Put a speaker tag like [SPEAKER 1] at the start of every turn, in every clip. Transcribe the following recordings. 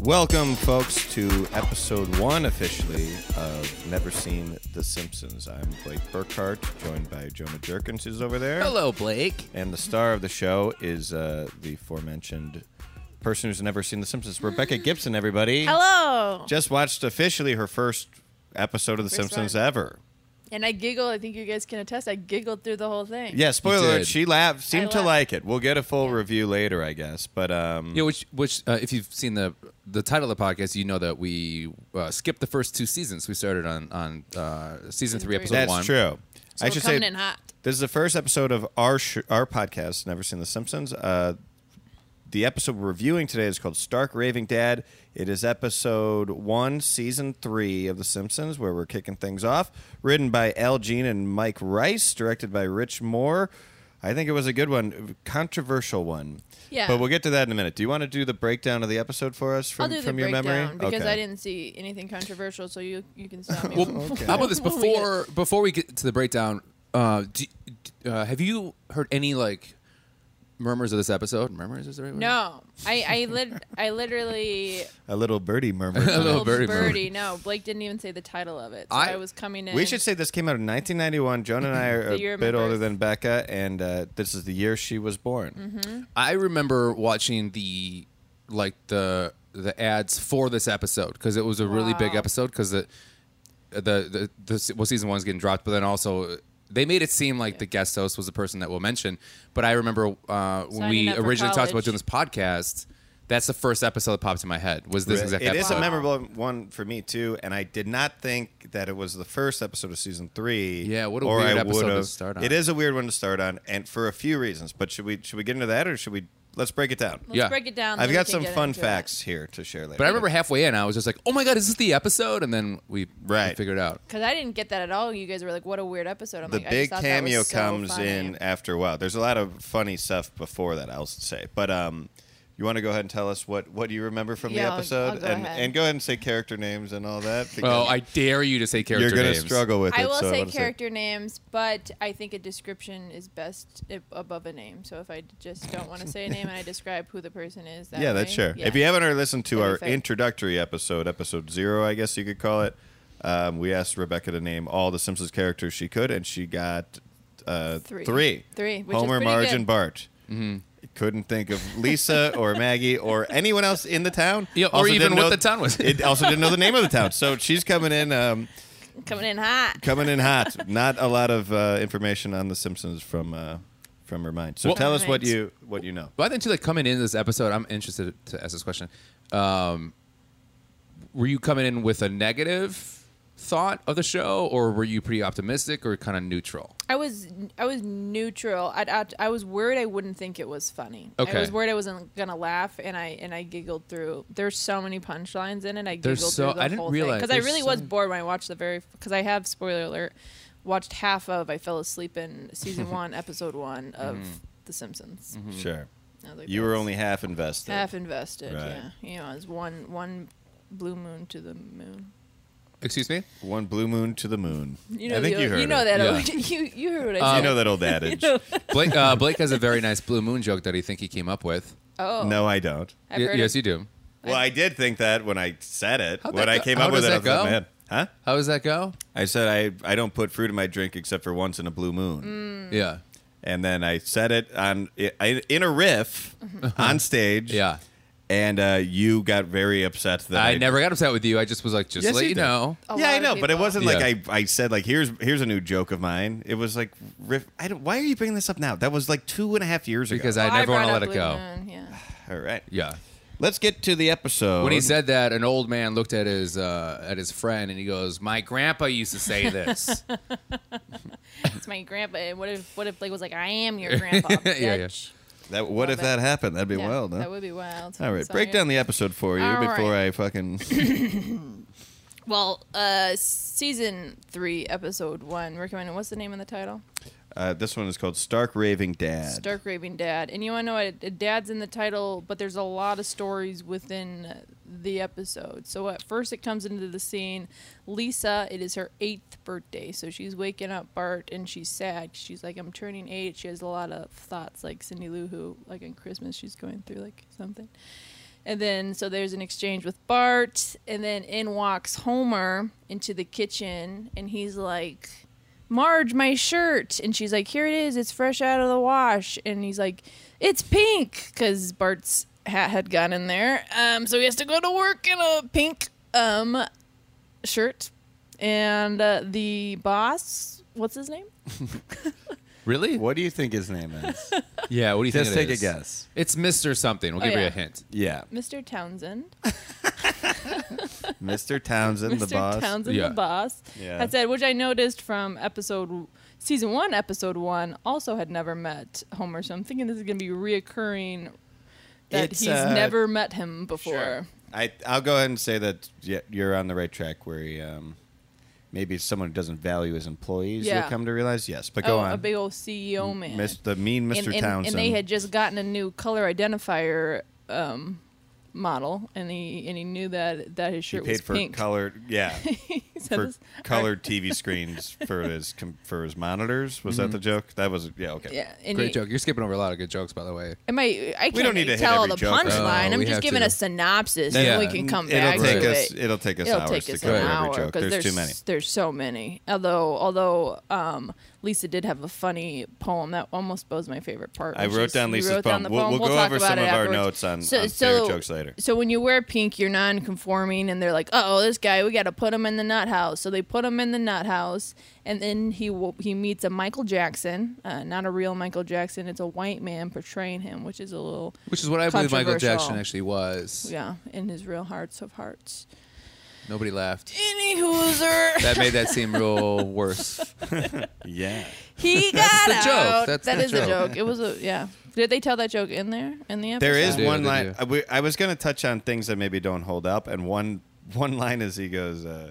[SPEAKER 1] Welcome, folks, to episode one officially of Never Seen The Simpsons. I'm Blake Burkhart, joined by Jonah Jerkins, who's over there.
[SPEAKER 2] Hello, Blake.
[SPEAKER 1] And the star of the show is uh, the aforementioned person who's never seen The Simpsons, Rebecca Gibson, everybody.
[SPEAKER 3] Hello.
[SPEAKER 1] Just watched officially her first episode of The
[SPEAKER 3] First
[SPEAKER 1] Simpsons
[SPEAKER 3] one.
[SPEAKER 1] ever.
[SPEAKER 3] And I giggled. I think you guys can attest. I giggled through the whole thing.
[SPEAKER 1] Yeah, spoiler alert,
[SPEAKER 2] did.
[SPEAKER 1] she laughed, seemed to
[SPEAKER 3] laughed.
[SPEAKER 1] like it. We'll get a full review later, I guess. But um,
[SPEAKER 2] Yeah, which which uh, if you've seen the the title of the podcast, you know that we uh, skipped the first two seasons. We started on on uh, season three,
[SPEAKER 3] three.
[SPEAKER 2] episode
[SPEAKER 1] that's
[SPEAKER 2] one.
[SPEAKER 1] true.
[SPEAKER 3] So
[SPEAKER 1] I
[SPEAKER 3] we're
[SPEAKER 1] should
[SPEAKER 3] coming
[SPEAKER 1] say
[SPEAKER 3] in hot.
[SPEAKER 1] This is the first episode of our sh- our podcast, Never Seen The Simpsons. Uh, the episode we're reviewing today is called Stark Raving Dad. It is episode one, season three of The Simpsons, where we're kicking things off. Written by Al Jean and Mike Rice, directed by Rich Moore. I think it was a good one, controversial one.
[SPEAKER 3] Yeah.
[SPEAKER 1] But we'll get to that in a minute. Do you want to do the breakdown of the episode for us from,
[SPEAKER 3] I'll do
[SPEAKER 1] from
[SPEAKER 3] the
[SPEAKER 1] your
[SPEAKER 3] breakdown
[SPEAKER 1] memory?
[SPEAKER 3] because
[SPEAKER 1] Okay.
[SPEAKER 3] I didn't see anything controversial, so you you can stop me.
[SPEAKER 2] Well, how about this
[SPEAKER 3] When we get-
[SPEAKER 2] before before we get to the breakdown? Uh, do, uh, have you heard any like murmurs of this episode? Murmurs is the right word.
[SPEAKER 3] no, I I lit I literally
[SPEAKER 1] A little birdie murmured.
[SPEAKER 2] A little
[SPEAKER 3] told
[SPEAKER 2] birdie
[SPEAKER 3] birdie.
[SPEAKER 2] murmur.
[SPEAKER 3] No, Blake didn't even say the title of it. So
[SPEAKER 2] I-
[SPEAKER 3] I, was coming in.
[SPEAKER 1] We should say this came out in 1991. Joan and I are
[SPEAKER 3] year
[SPEAKER 1] a
[SPEAKER 3] of
[SPEAKER 1] bit
[SPEAKER 3] my birth.
[SPEAKER 1] older than Becca, and uh, this is the year she was born.
[SPEAKER 3] Mm-hmm.
[SPEAKER 2] I remember watching the like the the ads for this episode because it was a really big
[SPEAKER 3] Wow.
[SPEAKER 2] episode because the the the, the se- well season one's getting dropped, but then also uh, they made it seem like the guest host was the person that we'll mention. But I remember uh, when
[SPEAKER 3] Signing
[SPEAKER 2] we
[SPEAKER 3] up for
[SPEAKER 2] originally talked about
[SPEAKER 3] college.
[SPEAKER 2] doing this podcast, that's the first episode that popped in my head was this exact
[SPEAKER 1] It
[SPEAKER 2] episode.
[SPEAKER 1] is a memorable one for me too, and I did not think that it was the first episode of season three.
[SPEAKER 2] Yeah, what a
[SPEAKER 1] or
[SPEAKER 2] weird
[SPEAKER 1] I
[SPEAKER 2] episode to
[SPEAKER 1] would've-
[SPEAKER 2] start on.
[SPEAKER 1] It is a weird one to start on, and for a few reasons. But should we should we get into that, or should we? Let's break it down.
[SPEAKER 3] Let's
[SPEAKER 2] Yeah.
[SPEAKER 3] break it down.
[SPEAKER 1] I've
[SPEAKER 3] then we
[SPEAKER 1] got
[SPEAKER 3] can
[SPEAKER 1] some
[SPEAKER 3] get
[SPEAKER 1] fun
[SPEAKER 3] into it.
[SPEAKER 1] facts here to share later.
[SPEAKER 2] But I remember halfway in, I was just like, "Oh my god, is this the episode?" And then we, we
[SPEAKER 1] Right.
[SPEAKER 2] figured out.
[SPEAKER 3] Because I didn't get that at all. You guys were like, "What a weird episode!" I'm
[SPEAKER 1] the
[SPEAKER 3] like, I
[SPEAKER 1] big
[SPEAKER 3] just thought that was
[SPEAKER 1] cameo
[SPEAKER 3] so
[SPEAKER 1] comes
[SPEAKER 3] funny.
[SPEAKER 1] in after a while. There's a lot of funny stuff before that, I'll say. But um, you want to go ahead and tell us what what you remember from
[SPEAKER 3] Yeah,
[SPEAKER 1] the
[SPEAKER 3] I'll-
[SPEAKER 1] episode,
[SPEAKER 3] I'll go
[SPEAKER 1] and
[SPEAKER 3] ahead.
[SPEAKER 1] and go ahead and say character names and all that.
[SPEAKER 2] Oh,
[SPEAKER 1] because
[SPEAKER 2] I dare you to say character
[SPEAKER 1] you're gonna
[SPEAKER 2] names.
[SPEAKER 1] struggle with it.
[SPEAKER 3] I will
[SPEAKER 1] so
[SPEAKER 3] say
[SPEAKER 1] wanna
[SPEAKER 3] character names, but I think a description is best i- above a name. So if I d- just don't want to say a name and I describe who the person is, that
[SPEAKER 1] yeah,
[SPEAKER 3] way,
[SPEAKER 1] that's sure.
[SPEAKER 3] yeah.
[SPEAKER 1] If you haven't already listened to
[SPEAKER 3] That'd be
[SPEAKER 1] our
[SPEAKER 3] fair.
[SPEAKER 1] introductory episode, episode zero, I guess you could call it, um, we asked Rebecca to name all the Simpsons characters she could, and she got uh,
[SPEAKER 3] Three.
[SPEAKER 1] three.
[SPEAKER 3] Three, which is
[SPEAKER 1] Homer,
[SPEAKER 3] pretty
[SPEAKER 1] Marge,
[SPEAKER 3] good.
[SPEAKER 1] and Bart.
[SPEAKER 2] Mm-hmm.
[SPEAKER 1] Couldn't think of Lisa or Maggie or anyone else in the town.
[SPEAKER 2] Yeah, or
[SPEAKER 1] Also
[SPEAKER 2] even
[SPEAKER 1] didn't
[SPEAKER 2] what
[SPEAKER 1] know-
[SPEAKER 2] the town was.
[SPEAKER 1] it also didn't know the name of the town. So she's coming in, um,
[SPEAKER 3] coming in hot,
[SPEAKER 1] coming in hot. Not a lot of uh, information on the Simpsons from uh, from her mind. So
[SPEAKER 2] Well-
[SPEAKER 1] tell us what
[SPEAKER 3] Alright.
[SPEAKER 1] you what you know.
[SPEAKER 2] But I think too, like coming into this episode, I'm interested to ask this question. Um, were you coming in with a negative thought of the show, or were you pretty optimistic, or kind of neutral?
[SPEAKER 3] I was I was neutral. I'd, i I was worried I wouldn't think it was funny.
[SPEAKER 2] Okay.
[SPEAKER 3] I was worried I wasn't gonna laugh, and I and I giggled through. There's so many punchlines in it. I
[SPEAKER 2] There's
[SPEAKER 3] giggled
[SPEAKER 2] so-
[SPEAKER 3] through the
[SPEAKER 2] I didn't
[SPEAKER 3] whole
[SPEAKER 2] realize-
[SPEAKER 3] because I
[SPEAKER 2] there's
[SPEAKER 3] really
[SPEAKER 2] so-
[SPEAKER 3] was bored when I watched the very because I have spoiler alert watched half of I fell asleep in season one episode one of
[SPEAKER 2] Mm-hmm.
[SPEAKER 3] The Simpsons.
[SPEAKER 1] Sure.
[SPEAKER 3] I was like,
[SPEAKER 1] You were
[SPEAKER 3] "That's-
[SPEAKER 1] only half invested.
[SPEAKER 3] half invested.
[SPEAKER 1] Right.
[SPEAKER 3] Yeah, you know, it's one one blue moon to the moon.
[SPEAKER 2] Excuse me.
[SPEAKER 1] One blue moon to the moon.
[SPEAKER 3] You know,
[SPEAKER 1] I think
[SPEAKER 3] the-
[SPEAKER 1] you heard.
[SPEAKER 3] know
[SPEAKER 1] it.
[SPEAKER 3] that.
[SPEAKER 2] Yeah.
[SPEAKER 3] old- you you heard what I
[SPEAKER 1] You
[SPEAKER 3] said.
[SPEAKER 1] know that old adage.
[SPEAKER 2] Blake, uh, Blake has a very nice blue moon joke that I think he came up with.
[SPEAKER 3] oh,
[SPEAKER 1] No, I don't.
[SPEAKER 3] I've
[SPEAKER 2] Y-
[SPEAKER 3] heard
[SPEAKER 2] yes,
[SPEAKER 3] it.
[SPEAKER 2] you do.
[SPEAKER 1] Well, I did think that when I said it.
[SPEAKER 2] How'd
[SPEAKER 1] when
[SPEAKER 2] that
[SPEAKER 1] I
[SPEAKER 2] go-
[SPEAKER 1] came
[SPEAKER 2] how
[SPEAKER 1] up with
[SPEAKER 2] does
[SPEAKER 1] it, I was
[SPEAKER 2] that
[SPEAKER 1] like,
[SPEAKER 2] go?
[SPEAKER 1] man, huh?
[SPEAKER 2] How does that go?
[SPEAKER 1] I said I I don't put fruit in my drink except for once in a blue
[SPEAKER 2] Mm.
[SPEAKER 1] moon.
[SPEAKER 3] Mm.
[SPEAKER 2] Yeah,
[SPEAKER 1] And then I said it on I- in a riff on stage.
[SPEAKER 2] Mm-hmm. yeah.
[SPEAKER 1] And uh, you got very upset that
[SPEAKER 2] I never got upset with you. I just was like, just
[SPEAKER 1] Yes,
[SPEAKER 2] let
[SPEAKER 1] you
[SPEAKER 2] you
[SPEAKER 1] did.
[SPEAKER 2] know.
[SPEAKER 3] A
[SPEAKER 1] yeah,
[SPEAKER 3] lot
[SPEAKER 1] I
[SPEAKER 3] of
[SPEAKER 1] know, but it
[SPEAKER 3] people.
[SPEAKER 1] wasn't
[SPEAKER 2] Yeah.
[SPEAKER 1] like I, I said like here's here's a new joke of mine. It was like riff. I don't, why are you bringing this up now? That was like two and a half years ago.
[SPEAKER 2] Because
[SPEAKER 3] Oh,
[SPEAKER 2] I never want
[SPEAKER 3] brought
[SPEAKER 2] to
[SPEAKER 3] up
[SPEAKER 2] let it
[SPEAKER 3] blue
[SPEAKER 2] go.
[SPEAKER 3] moon, yeah.
[SPEAKER 1] all right,
[SPEAKER 2] Yeah.
[SPEAKER 1] let's get to the episode.
[SPEAKER 2] When he said that, an old man looked at his uh, at his friend and he goes, "My grandpa used to say this."
[SPEAKER 3] It's my grandpa. And what if what if Blake was like, I am your grandpa?
[SPEAKER 2] Yeah, yeah.
[SPEAKER 3] bitch."
[SPEAKER 1] that, what if
[SPEAKER 3] Love it.
[SPEAKER 1] that happened? That'd be
[SPEAKER 3] Yeah,
[SPEAKER 1] wild. Huh?
[SPEAKER 3] That would be wild.
[SPEAKER 1] All right,
[SPEAKER 3] Sorry.
[SPEAKER 1] break down the episode for you
[SPEAKER 3] All
[SPEAKER 1] before
[SPEAKER 3] right.
[SPEAKER 1] I fucking.
[SPEAKER 3] Well, uh, season three, episode one. Recommended. What's the name of the title?
[SPEAKER 1] Uh, this one is called Stark Raving Dad.
[SPEAKER 3] Stark Raving Dad. And you want to know what? Dad's in the title, but there's a lot of stories within the episode. So at first, it comes into the scene. Lisa, it is her eighth birthday. So she's waking up Bart and she's sad. She's like, I'm turning eight. She has a lot of thoughts, like Cindy Lou Who, like on Christmas, she's going through like something. And then so there's an exchange with Bart, and then in walks Homer into the kitchen, and he's like, "Marge, my shirt," and she's like, "Here it is, it's fresh out of the wash," and he's like, "It's pink," because Bart's hat had gotten there, um, so he has to go to work in a pink um shirt, and uh, the boss, what's his name?
[SPEAKER 2] Really?
[SPEAKER 1] What do you think his name is?
[SPEAKER 2] Yeah. What do you
[SPEAKER 1] Just
[SPEAKER 2] think?
[SPEAKER 1] take
[SPEAKER 2] it
[SPEAKER 1] a
[SPEAKER 2] is?
[SPEAKER 1] guess.
[SPEAKER 2] It's Mister something. We'll
[SPEAKER 3] Oh,
[SPEAKER 2] give you
[SPEAKER 3] yeah.
[SPEAKER 2] a hint.
[SPEAKER 1] Yeah,
[SPEAKER 3] Mr. Townsend.
[SPEAKER 1] Mr. Townsend, the
[SPEAKER 3] Mr.
[SPEAKER 1] boss.
[SPEAKER 3] Townsend,
[SPEAKER 2] Yeah.
[SPEAKER 3] the boss.
[SPEAKER 1] Yeah.
[SPEAKER 3] Had said, which I noticed from episode season one, episode one, also had never met Homer. So I'm thinking this is going to be reoccurring that
[SPEAKER 1] It's,
[SPEAKER 3] he's
[SPEAKER 1] uh,
[SPEAKER 3] never met him before.
[SPEAKER 1] I I'll go ahead and say that yeah, you're on the right track. Where he, um, maybe someone who doesn't value his employees,
[SPEAKER 3] Yeah.
[SPEAKER 1] you'll come to realize. Yes, but
[SPEAKER 3] oh,
[SPEAKER 1] go on.
[SPEAKER 3] a big old CEO man.
[SPEAKER 1] Mis- the mean Mr.
[SPEAKER 3] And, and,
[SPEAKER 1] Townsend.
[SPEAKER 3] and they had just gotten a new color identifier um, model, and he and he knew that that his
[SPEAKER 1] he
[SPEAKER 3] shirt was
[SPEAKER 1] paid for
[SPEAKER 3] pink.
[SPEAKER 1] colored, yeah,
[SPEAKER 3] He said
[SPEAKER 1] for
[SPEAKER 3] this-
[SPEAKER 1] colored TV screens for his com- for his monitors. Was that the joke? That was yeah okay.
[SPEAKER 3] Mm-hmm. Yeah, and
[SPEAKER 2] Great
[SPEAKER 3] he-
[SPEAKER 2] joke. You're skipping over a lot of good jokes, by the way.
[SPEAKER 3] Am I? I can't
[SPEAKER 1] don't need to hit
[SPEAKER 3] tell
[SPEAKER 1] every
[SPEAKER 3] the
[SPEAKER 1] joke, right?
[SPEAKER 3] punchline.
[SPEAKER 2] No,
[SPEAKER 3] I'm
[SPEAKER 2] we
[SPEAKER 3] just
[SPEAKER 2] have
[SPEAKER 3] giving
[SPEAKER 2] to.
[SPEAKER 3] a synopsis,
[SPEAKER 2] Yeah.
[SPEAKER 3] and we can come
[SPEAKER 1] it'll
[SPEAKER 3] back
[SPEAKER 1] take
[SPEAKER 3] to
[SPEAKER 1] us.
[SPEAKER 3] it.
[SPEAKER 1] It'll take us
[SPEAKER 3] It'll
[SPEAKER 1] hours
[SPEAKER 3] take
[SPEAKER 1] to
[SPEAKER 3] us
[SPEAKER 1] cover
[SPEAKER 3] an
[SPEAKER 1] every
[SPEAKER 3] hour
[SPEAKER 1] joke.
[SPEAKER 3] because
[SPEAKER 1] There's,
[SPEAKER 3] there's
[SPEAKER 1] too many.
[SPEAKER 3] There's so many. Although, although um, Lisa did have a funny poem that almost was my favorite part.
[SPEAKER 1] I
[SPEAKER 3] which
[SPEAKER 1] wrote
[SPEAKER 3] is-
[SPEAKER 1] down
[SPEAKER 3] you
[SPEAKER 1] Lisa's
[SPEAKER 3] wrote
[SPEAKER 1] poem.
[SPEAKER 3] down the
[SPEAKER 1] We'll- we'll go
[SPEAKER 3] talk
[SPEAKER 1] over
[SPEAKER 3] about
[SPEAKER 1] some
[SPEAKER 3] it
[SPEAKER 1] of our
[SPEAKER 3] afterwards.
[SPEAKER 1] notes on- on favorite jokes later.
[SPEAKER 3] So when you wear pink, you're non-conforming, and they're like, "Oh, this guy, we got to put him in the nut house." So they put him in the nut house, and then he wo- he meets a Michael Jackson, uh, not a real Michael Jackson. It's a white man portraying him, which is a little
[SPEAKER 2] Which is what I believe Michael Jackson
[SPEAKER 3] Controversial.
[SPEAKER 2] actually was.
[SPEAKER 3] yeah, in his real hearts of hearts.
[SPEAKER 2] Nobody laughed.
[SPEAKER 3] Any hooser.
[SPEAKER 2] That made that seem real worse.
[SPEAKER 1] Yeah.
[SPEAKER 3] He got
[SPEAKER 2] That's the joke.
[SPEAKER 3] out.
[SPEAKER 2] That's
[SPEAKER 3] That
[SPEAKER 2] the
[SPEAKER 3] is the
[SPEAKER 2] joke.
[SPEAKER 3] joke. It was a yeah. Did they tell that joke in there in the episode?
[SPEAKER 1] There is
[SPEAKER 2] They do,
[SPEAKER 1] one
[SPEAKER 2] they
[SPEAKER 1] line.
[SPEAKER 2] do.
[SPEAKER 1] I, we, I was going to touch on things that maybe don't hold up, and one one line is he goes, uh,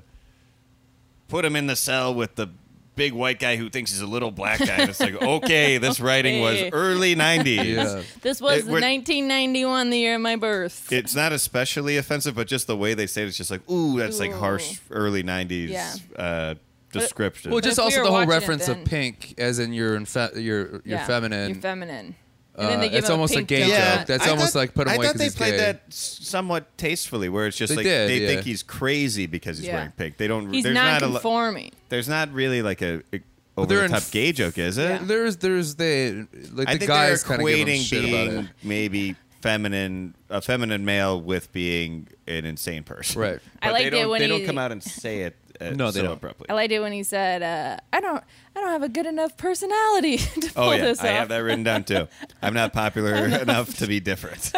[SPEAKER 1] "Put him in the cell with the big white guy who thinks he's a little black guy." And it's like, okay, this writing was
[SPEAKER 3] Okay.
[SPEAKER 1] early '90s.
[SPEAKER 2] Yeah.
[SPEAKER 3] This was
[SPEAKER 1] It- we're-
[SPEAKER 3] 1991, the year of my birth.
[SPEAKER 1] It's not especially offensive, but just the way they say it, it's just like, ooh, that's like
[SPEAKER 3] Ooh.
[SPEAKER 1] harsh early '90s
[SPEAKER 3] Yeah.
[SPEAKER 1] uh, description.
[SPEAKER 2] Well,
[SPEAKER 3] But
[SPEAKER 2] just
[SPEAKER 3] if we
[SPEAKER 2] also
[SPEAKER 3] were
[SPEAKER 2] the whole
[SPEAKER 3] watching it
[SPEAKER 2] reference of
[SPEAKER 3] then-
[SPEAKER 2] pink, as in you're infe- you're you're
[SPEAKER 3] Yeah.
[SPEAKER 2] feminine.
[SPEAKER 3] You're feminine. And then
[SPEAKER 2] Uh,
[SPEAKER 3] they give
[SPEAKER 2] it's
[SPEAKER 3] him
[SPEAKER 2] almost a
[SPEAKER 3] pink
[SPEAKER 2] gay
[SPEAKER 3] donut.
[SPEAKER 2] joke. That's-
[SPEAKER 1] I
[SPEAKER 2] almost like put him
[SPEAKER 1] I
[SPEAKER 2] away
[SPEAKER 1] thought
[SPEAKER 2] 'cause
[SPEAKER 1] they
[SPEAKER 2] he's
[SPEAKER 1] played
[SPEAKER 2] gay.
[SPEAKER 1] that s- somewhat tastefully, where it's just
[SPEAKER 2] They
[SPEAKER 1] like
[SPEAKER 2] did,
[SPEAKER 1] they
[SPEAKER 2] yeah.
[SPEAKER 1] think he's crazy because he's
[SPEAKER 3] Yeah.
[SPEAKER 1] wearing pink. They don't.
[SPEAKER 3] He's
[SPEAKER 1] there's not a lo-
[SPEAKER 3] non-conforming.
[SPEAKER 1] There's not really like a, a over
[SPEAKER 2] they're
[SPEAKER 1] the top
[SPEAKER 2] in-
[SPEAKER 1] gay joke, is it?
[SPEAKER 3] Yeah.
[SPEAKER 2] There's there's the like
[SPEAKER 1] I
[SPEAKER 2] the
[SPEAKER 1] think
[SPEAKER 2] guys
[SPEAKER 1] they're
[SPEAKER 2] kind of give him
[SPEAKER 1] equating
[SPEAKER 2] shit about
[SPEAKER 1] being
[SPEAKER 2] it.
[SPEAKER 1] maybe feminine, a feminine male with being an insane person.
[SPEAKER 2] Right.
[SPEAKER 3] I
[SPEAKER 1] But
[SPEAKER 3] liked
[SPEAKER 1] they
[SPEAKER 3] it
[SPEAKER 1] don't,
[SPEAKER 3] when
[SPEAKER 1] they
[SPEAKER 3] he-
[SPEAKER 1] don't come out and say it. Uh,
[SPEAKER 2] No, they
[SPEAKER 1] so
[SPEAKER 2] don't.
[SPEAKER 1] abruptly.
[SPEAKER 3] I liked it when he said, uh, "I don't, I don't have a good enough personality to pull
[SPEAKER 1] Oh yeah,
[SPEAKER 3] this off,"
[SPEAKER 1] I have that written down too. I'm not popular enough to be different.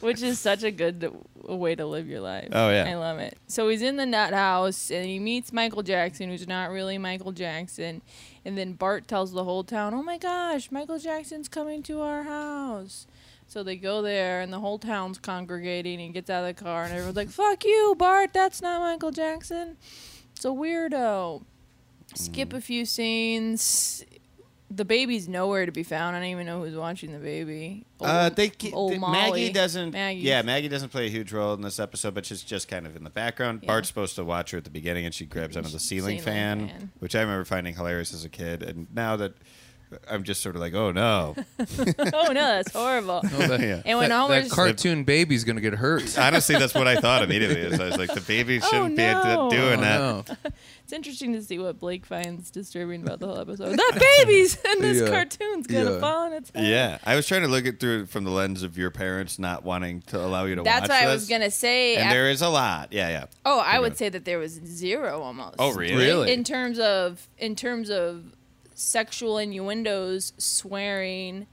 [SPEAKER 3] which is such a good way to live your life.
[SPEAKER 1] Oh, yeah.
[SPEAKER 3] I love it. So he's in the nut house and he meets Michael Jackson, who's not really Michael Jackson, and then Bart tells the whole town, "Oh my gosh, Michael Jackson's coming to our house." So they go there and the whole town's congregating. He gets out of the car and everyone's like, "Fuck you, Bart! That's not Michael Jackson. It's a
[SPEAKER 1] Mm.
[SPEAKER 3] weirdo." Skip a few scenes. The baby's nowhere to be found. I don't even know who's watching the baby.
[SPEAKER 1] Uh,
[SPEAKER 3] Old-
[SPEAKER 1] they, ca-
[SPEAKER 3] old
[SPEAKER 1] th-
[SPEAKER 3] Oh, Molly.
[SPEAKER 1] Maggie doesn't.
[SPEAKER 3] Maggie.
[SPEAKER 1] Yeah, Maggie doesn't play a huge role in this episode, but she's just kind of in the background.
[SPEAKER 3] Yeah.
[SPEAKER 1] Bart's supposed to watch her at the beginning, and she grabs onto the ceiling,
[SPEAKER 3] Ceiling
[SPEAKER 1] fan,
[SPEAKER 3] fan.
[SPEAKER 1] which I remember finding hilarious as a kid. And now that I'm just sort of like, oh no,
[SPEAKER 3] oh no, that's horrible.
[SPEAKER 1] Yeah.
[SPEAKER 3] And
[SPEAKER 2] that,
[SPEAKER 3] when
[SPEAKER 2] that
[SPEAKER 3] Homer's
[SPEAKER 2] cartoon baby's gonna get hurt.
[SPEAKER 1] honestly, that's what I thought immediately. Is I was like, the baby
[SPEAKER 3] Oh,
[SPEAKER 1] shouldn't
[SPEAKER 3] no.
[SPEAKER 1] be
[SPEAKER 2] Oh,
[SPEAKER 1] doing that.
[SPEAKER 2] no.
[SPEAKER 3] it's interesting to see what Blake finds disturbing about the whole episode. That baby's in this
[SPEAKER 2] Yeah.
[SPEAKER 3] cartoon's gonna
[SPEAKER 2] Yeah.
[SPEAKER 3] fall on its head.
[SPEAKER 1] Yeah, I was trying to look it through from the lens of your parents not wanting to allow you to watch
[SPEAKER 3] That's what I
[SPEAKER 1] this,
[SPEAKER 3] was gonna say.
[SPEAKER 1] And
[SPEAKER 3] Af-
[SPEAKER 1] there is a lot. Yeah, yeah.
[SPEAKER 3] oh, I would
[SPEAKER 1] good.
[SPEAKER 3] say that there was zero almost.
[SPEAKER 1] Oh, really?
[SPEAKER 3] In-
[SPEAKER 2] Really?
[SPEAKER 3] In terms of in terms of sexual innuendos, swearing,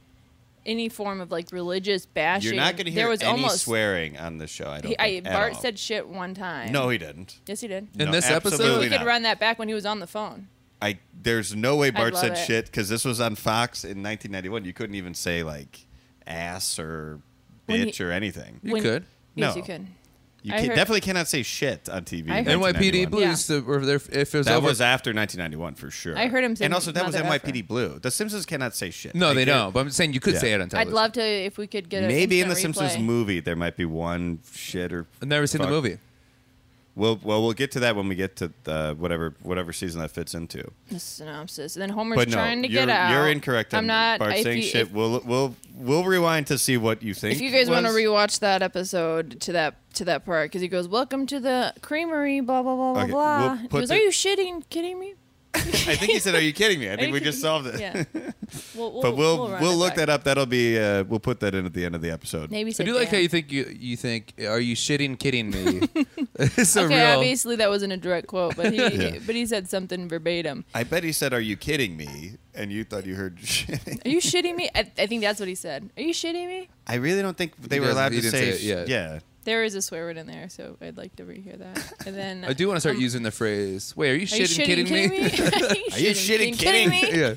[SPEAKER 3] any form of like religious bashing.
[SPEAKER 1] You're not going to hear
[SPEAKER 3] there was
[SPEAKER 1] any
[SPEAKER 3] almost,
[SPEAKER 1] swearing on the show. I don't.
[SPEAKER 3] He, I,
[SPEAKER 1] think, at
[SPEAKER 3] Bart
[SPEAKER 1] all.
[SPEAKER 3] said shit one time.
[SPEAKER 1] No, he didn't.
[SPEAKER 3] Yes, he did.
[SPEAKER 2] In
[SPEAKER 1] No,
[SPEAKER 2] this episode?
[SPEAKER 1] absolutely
[SPEAKER 3] we could
[SPEAKER 1] not.
[SPEAKER 3] run that back when he was on the phone.
[SPEAKER 1] I there's no way Bart
[SPEAKER 3] love
[SPEAKER 1] said
[SPEAKER 3] it.
[SPEAKER 1] shit because this was on Fox in 1991. You couldn't even say like ass or
[SPEAKER 3] When
[SPEAKER 1] bitch
[SPEAKER 3] he-
[SPEAKER 1] or anything.
[SPEAKER 2] You
[SPEAKER 3] When-
[SPEAKER 2] could.
[SPEAKER 3] Yes,
[SPEAKER 1] No.
[SPEAKER 3] you could.
[SPEAKER 1] You
[SPEAKER 3] I
[SPEAKER 1] can,
[SPEAKER 3] heard-
[SPEAKER 1] definitely cannot say shit on TV. in
[SPEAKER 3] I heard-
[SPEAKER 2] NYPD
[SPEAKER 1] 1991.
[SPEAKER 2] Blue used to, or if if it was
[SPEAKER 1] That
[SPEAKER 2] over,
[SPEAKER 1] was after 1991 for sure.
[SPEAKER 3] I heard him say
[SPEAKER 1] and also that was
[SPEAKER 3] mother
[SPEAKER 1] NYPD Blue. The Simpsons cannot say shit.
[SPEAKER 2] no, they
[SPEAKER 1] can't-
[SPEAKER 2] don't. But I'm saying you could
[SPEAKER 1] Yeah.
[SPEAKER 2] say it on
[SPEAKER 3] I'd
[SPEAKER 2] television.
[SPEAKER 3] love to if we could get a
[SPEAKER 1] Maybe in the
[SPEAKER 3] instant
[SPEAKER 1] Simpsons
[SPEAKER 3] replay.
[SPEAKER 1] movie there might be one shit or.
[SPEAKER 2] I've never seen
[SPEAKER 1] Fuck.
[SPEAKER 2] the movie.
[SPEAKER 1] We'll, well, we'll get to that when we get to uh, whatever whatever season that fits into.
[SPEAKER 3] The synopsis. And then Homer's
[SPEAKER 1] But no,
[SPEAKER 3] trying to
[SPEAKER 1] you're,
[SPEAKER 3] get out.
[SPEAKER 1] you're incorrect.
[SPEAKER 3] I'm not.
[SPEAKER 1] Bart
[SPEAKER 3] if
[SPEAKER 1] saying
[SPEAKER 3] you,
[SPEAKER 1] shit.
[SPEAKER 3] If,
[SPEAKER 1] we'll we'll we'll rewind to see what you think.
[SPEAKER 3] if you guys want to
[SPEAKER 1] was.
[SPEAKER 3] rewatch that episode to that to that part, because he goes, "Welcome to the creamery," blah blah blah blah
[SPEAKER 1] Okay, we'll
[SPEAKER 3] blah. He
[SPEAKER 1] put
[SPEAKER 3] goes,
[SPEAKER 1] the-
[SPEAKER 3] "Are you shitting? Kidding me?"
[SPEAKER 1] I think he said, "Are you kidding me?" I think
[SPEAKER 3] you
[SPEAKER 1] we just
[SPEAKER 3] kidding?
[SPEAKER 1] solved it.
[SPEAKER 3] Yeah. We'll, we'll,
[SPEAKER 1] But we'll
[SPEAKER 3] we'll,
[SPEAKER 1] we'll,
[SPEAKER 3] run it
[SPEAKER 1] look
[SPEAKER 3] back.
[SPEAKER 1] that up. That'll be uh, we'll put that in at the end of the episode.
[SPEAKER 3] Maybe
[SPEAKER 2] I
[SPEAKER 3] sit
[SPEAKER 2] do like
[SPEAKER 3] down.
[SPEAKER 2] how you think you you think. Are you shitting, kidding me? it's a
[SPEAKER 3] Okay,
[SPEAKER 2] real.
[SPEAKER 3] obviously that wasn't a direct quote, but he
[SPEAKER 1] Yeah.
[SPEAKER 3] but he said something verbatim.
[SPEAKER 1] I bet he said, "Are you kidding me?" And you thought you heard shit.
[SPEAKER 3] Are you shitting me? I, I think that's what he said. Are you shitting me?
[SPEAKER 1] I really don't think they
[SPEAKER 2] He
[SPEAKER 1] were
[SPEAKER 2] doesn't-
[SPEAKER 1] allowed
[SPEAKER 2] he
[SPEAKER 1] to
[SPEAKER 2] didn't
[SPEAKER 1] say.
[SPEAKER 2] say it yet.
[SPEAKER 1] Yeah,
[SPEAKER 3] There is a swear word in there, so I'd like to rehear that. And then
[SPEAKER 2] I do want to start using the phrase. Wait, are you
[SPEAKER 3] um, Are
[SPEAKER 2] shitting,
[SPEAKER 3] you shitting
[SPEAKER 2] kidding, me?
[SPEAKER 3] Are you shitting kidding me?
[SPEAKER 2] yeah.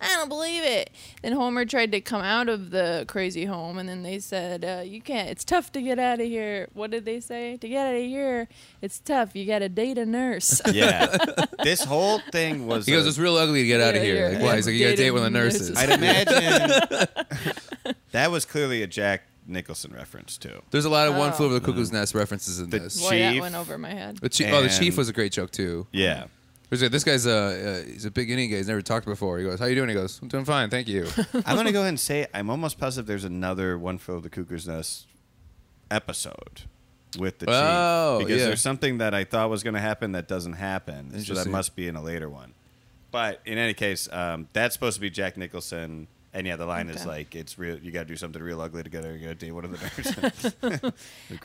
[SPEAKER 3] I don't believe it. Then Homer tried to come out of the crazy home, and then they said, uh, "You can't. It's tough to get out of here." What did they say? To get out of here, it's tough. You got to date a nurse.
[SPEAKER 1] yeah. this whole thing was.
[SPEAKER 2] He
[SPEAKER 1] a-
[SPEAKER 2] goes, it's real ugly to get out of
[SPEAKER 3] Yeah,
[SPEAKER 2] here.
[SPEAKER 3] yeah.
[SPEAKER 2] Like, why? He's like, you got to date one of the
[SPEAKER 3] Dating
[SPEAKER 2] nurses.
[SPEAKER 3] nurses.
[SPEAKER 1] I'd imagine that was clearly a Jack Nicholson reference too.
[SPEAKER 2] There's a lot of one
[SPEAKER 3] Oh.
[SPEAKER 2] flew over the cuckoo's nest references in
[SPEAKER 1] The-
[SPEAKER 2] this.
[SPEAKER 3] Boy, that
[SPEAKER 1] Chief.
[SPEAKER 3] went over my head.
[SPEAKER 2] The chief, oh, the
[SPEAKER 1] And-
[SPEAKER 2] chief was a great joke too.
[SPEAKER 1] Yeah.
[SPEAKER 2] There's a- this guy's a uh, he's a big Indian guy. He's never talked before. He goes, "How you doing?" He goes, "I'm doing fine, thank you."
[SPEAKER 1] I'm gonna go ahead and say I'm almost positive there's another One Flew Over the Cuckoo's Nest episode with the
[SPEAKER 2] Oh,
[SPEAKER 1] chief because
[SPEAKER 2] yeah.
[SPEAKER 1] there's something that I thought was gonna happen that doesn't happen, so that
[SPEAKER 2] Interesting.
[SPEAKER 1] must be in a later one. But in any case, um, that's supposed to be Jack Nicholson. And yeah, the line is
[SPEAKER 3] Okay.
[SPEAKER 1] like, "It's real. You got to do something real ugly to get her. You got to date one of the nurses."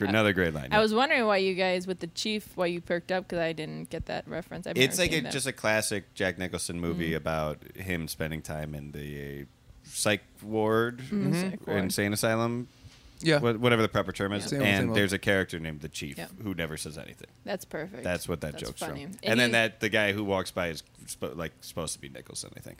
[SPEAKER 1] Another great line.
[SPEAKER 3] I was wondering why you guys with the chief, why you perked up because I didn't get that reference. I've
[SPEAKER 1] it's
[SPEAKER 3] never
[SPEAKER 1] like
[SPEAKER 3] seen
[SPEAKER 1] a,
[SPEAKER 3] that. Mm-hmm.
[SPEAKER 1] just a classic Jack Nicholson movie about him spending time in the psych ward,
[SPEAKER 3] Mm-hmm.
[SPEAKER 2] Mm-hmm.
[SPEAKER 3] psych
[SPEAKER 1] or
[SPEAKER 3] ward.
[SPEAKER 1] insane asylum,
[SPEAKER 2] yeah,
[SPEAKER 1] wha- whatever the proper term is.
[SPEAKER 2] Yeah. Same old, same
[SPEAKER 1] And
[SPEAKER 2] old.
[SPEAKER 1] there's a character named the Chief
[SPEAKER 3] Yeah.
[SPEAKER 1] who never says anything.
[SPEAKER 3] That's perfect.
[SPEAKER 1] That's what that
[SPEAKER 3] That's
[SPEAKER 1] joke's
[SPEAKER 3] funny.
[SPEAKER 1] from.
[SPEAKER 3] And
[SPEAKER 1] And, then
[SPEAKER 3] he-
[SPEAKER 1] that the guy who walks by is spo- like supposed to be Nicholson, I think.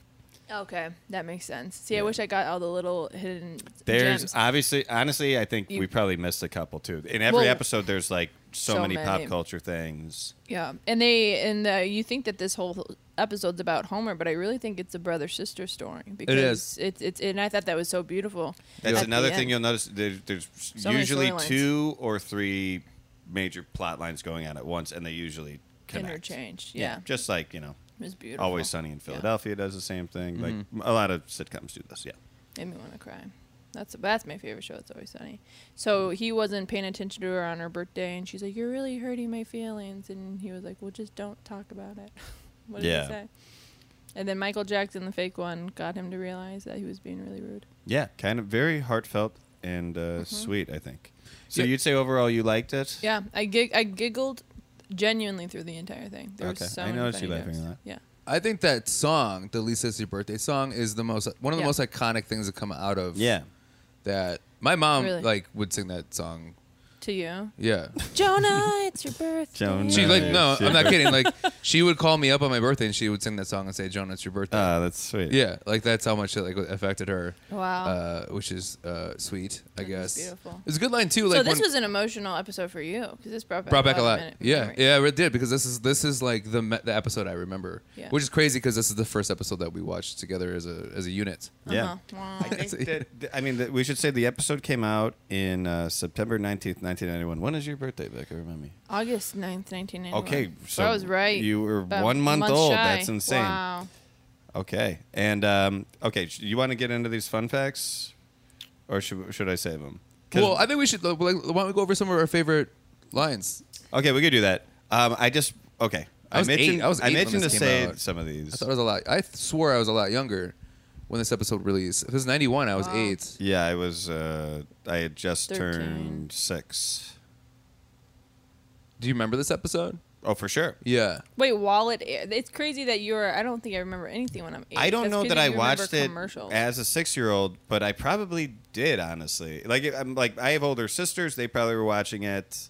[SPEAKER 3] Okay, that makes sense. See,
[SPEAKER 1] Yeah.
[SPEAKER 3] I wish I got all the little hidden
[SPEAKER 1] There's
[SPEAKER 3] gems.
[SPEAKER 1] obviously, honestly, I think
[SPEAKER 3] You-
[SPEAKER 1] we probably missed a couple too. In every
[SPEAKER 3] Well,
[SPEAKER 1] episode, there's like so,
[SPEAKER 3] so
[SPEAKER 1] many, pop
[SPEAKER 3] many.
[SPEAKER 1] culture things.
[SPEAKER 3] yeah, and they and uh you think that this whole episode's about Homer, but I really think it's a brother sister story because
[SPEAKER 2] is.
[SPEAKER 3] It's, it's and I thought that was so beautiful.
[SPEAKER 1] That's
[SPEAKER 3] at the
[SPEAKER 1] another thing
[SPEAKER 3] end.
[SPEAKER 1] you'll notice. There, there's
[SPEAKER 3] So many
[SPEAKER 1] usually
[SPEAKER 3] storylines.
[SPEAKER 1] two or three major plot lines going on at once, and they usually connect.
[SPEAKER 3] interchanged. Yeah,
[SPEAKER 1] just like you know,
[SPEAKER 3] it was beautiful.
[SPEAKER 1] Always Sunny in Philadelphia does the same thing.
[SPEAKER 2] Mm-hmm.
[SPEAKER 1] Like a lot of sitcoms do this. Yeah,
[SPEAKER 3] Made me want to cry. That's that's my favorite show. It's always sunny. So he wasn't paying attention to her on her birthday, and she's like, "You're really hurting my feelings," and he was like, "Well, just don't talk about it." what did
[SPEAKER 1] Yeah.
[SPEAKER 3] he say? And then Michael Jackson, the fake one, got him to realize that he was being really rude.
[SPEAKER 1] yeah, kind of very heartfelt and uh, sweet. I think. So
[SPEAKER 2] Mm-hmm. Yeah.
[SPEAKER 1] you'd say overall you liked it?
[SPEAKER 3] Yeah, I gig- I giggled genuinely through the entire thing. There
[SPEAKER 1] Okay.
[SPEAKER 3] was so
[SPEAKER 1] I
[SPEAKER 3] many
[SPEAKER 1] noticed you
[SPEAKER 3] funny
[SPEAKER 1] laughing
[SPEAKER 3] jokes.
[SPEAKER 1] a lot.
[SPEAKER 3] Yeah,
[SPEAKER 2] I think that song, the Lisa It's Your Birthday song, is the most one of the
[SPEAKER 3] Yeah.
[SPEAKER 2] most iconic things that come out of
[SPEAKER 1] Yeah.
[SPEAKER 2] that. My mom
[SPEAKER 3] Really?
[SPEAKER 2] like would sing that song.
[SPEAKER 3] to you,
[SPEAKER 2] Yeah,
[SPEAKER 3] Jonah, it's your birthday.
[SPEAKER 1] Jonah.
[SPEAKER 2] she like no,
[SPEAKER 1] Nice.
[SPEAKER 2] I'm not kidding. Like she would call me up on my birthday and she would sing that song and say, "Jonah, it's your birthday."
[SPEAKER 1] Ah, that's sweet.
[SPEAKER 2] yeah, like that's how much it like affected her.
[SPEAKER 3] Wow.
[SPEAKER 2] uh, which is uh, sweet, I
[SPEAKER 3] That is
[SPEAKER 2] guess.
[SPEAKER 3] beautiful.
[SPEAKER 2] It's a good line too. Like
[SPEAKER 3] so this
[SPEAKER 2] when-
[SPEAKER 3] was an emotional episode for you because this brought back,
[SPEAKER 2] brought back a lot.
[SPEAKER 3] of mem-
[SPEAKER 2] Yeah,
[SPEAKER 3] memories.
[SPEAKER 2] yeah, it did because this is this is like the me- the episode I remember,
[SPEAKER 3] Yeah.
[SPEAKER 2] which is crazy because this is the first episode that we watched together as a as a unit.
[SPEAKER 1] Yeah.
[SPEAKER 3] Uh-huh. Wow.
[SPEAKER 1] I think that, th- I mean, that we should say the episode came out in uh, September 19th, 1991. When is your birthday, Becca? Remind me.
[SPEAKER 3] August 9th, 1991.
[SPEAKER 1] Okay, so
[SPEAKER 3] so I was right.
[SPEAKER 1] you were
[SPEAKER 3] About
[SPEAKER 1] one
[SPEAKER 3] a
[SPEAKER 1] month old.
[SPEAKER 3] shy.
[SPEAKER 1] That's insane.
[SPEAKER 3] Wow.
[SPEAKER 1] Okay. And um, okay, sh- you want to get into these fun facts, or should should I save them?
[SPEAKER 2] Well, I think we should. Like, why don't we go over some of our favorite lines?
[SPEAKER 1] okay, we could do that. Um, I just okay.
[SPEAKER 2] I was eight-
[SPEAKER 1] mentioned
[SPEAKER 2] I was eight when
[SPEAKER 1] mentioned
[SPEAKER 2] this
[SPEAKER 1] to
[SPEAKER 2] came
[SPEAKER 1] say
[SPEAKER 2] out.
[SPEAKER 1] some of these.
[SPEAKER 2] I thought I was a lot. I th- swore I was a lot younger when this episode released. If it was ninety one, I was
[SPEAKER 3] Wow.
[SPEAKER 2] eight.
[SPEAKER 1] yeah, I was. Uh, I had just
[SPEAKER 3] 13.
[SPEAKER 1] turned six.
[SPEAKER 2] Do you remember this episode?
[SPEAKER 1] Oh, for sure.
[SPEAKER 2] Yeah,
[SPEAKER 3] Wait, Wallet. It's crazy that you're. I don't think I remember anything when I'm eight.
[SPEAKER 1] I don't
[SPEAKER 3] That's
[SPEAKER 1] know
[SPEAKER 3] crazy
[SPEAKER 1] that I
[SPEAKER 3] you remember
[SPEAKER 1] watched it
[SPEAKER 3] commercials.
[SPEAKER 1] as a six-year-old, but I probably did. Honestly, like if- I'm like I have older sisters; they probably were watching it.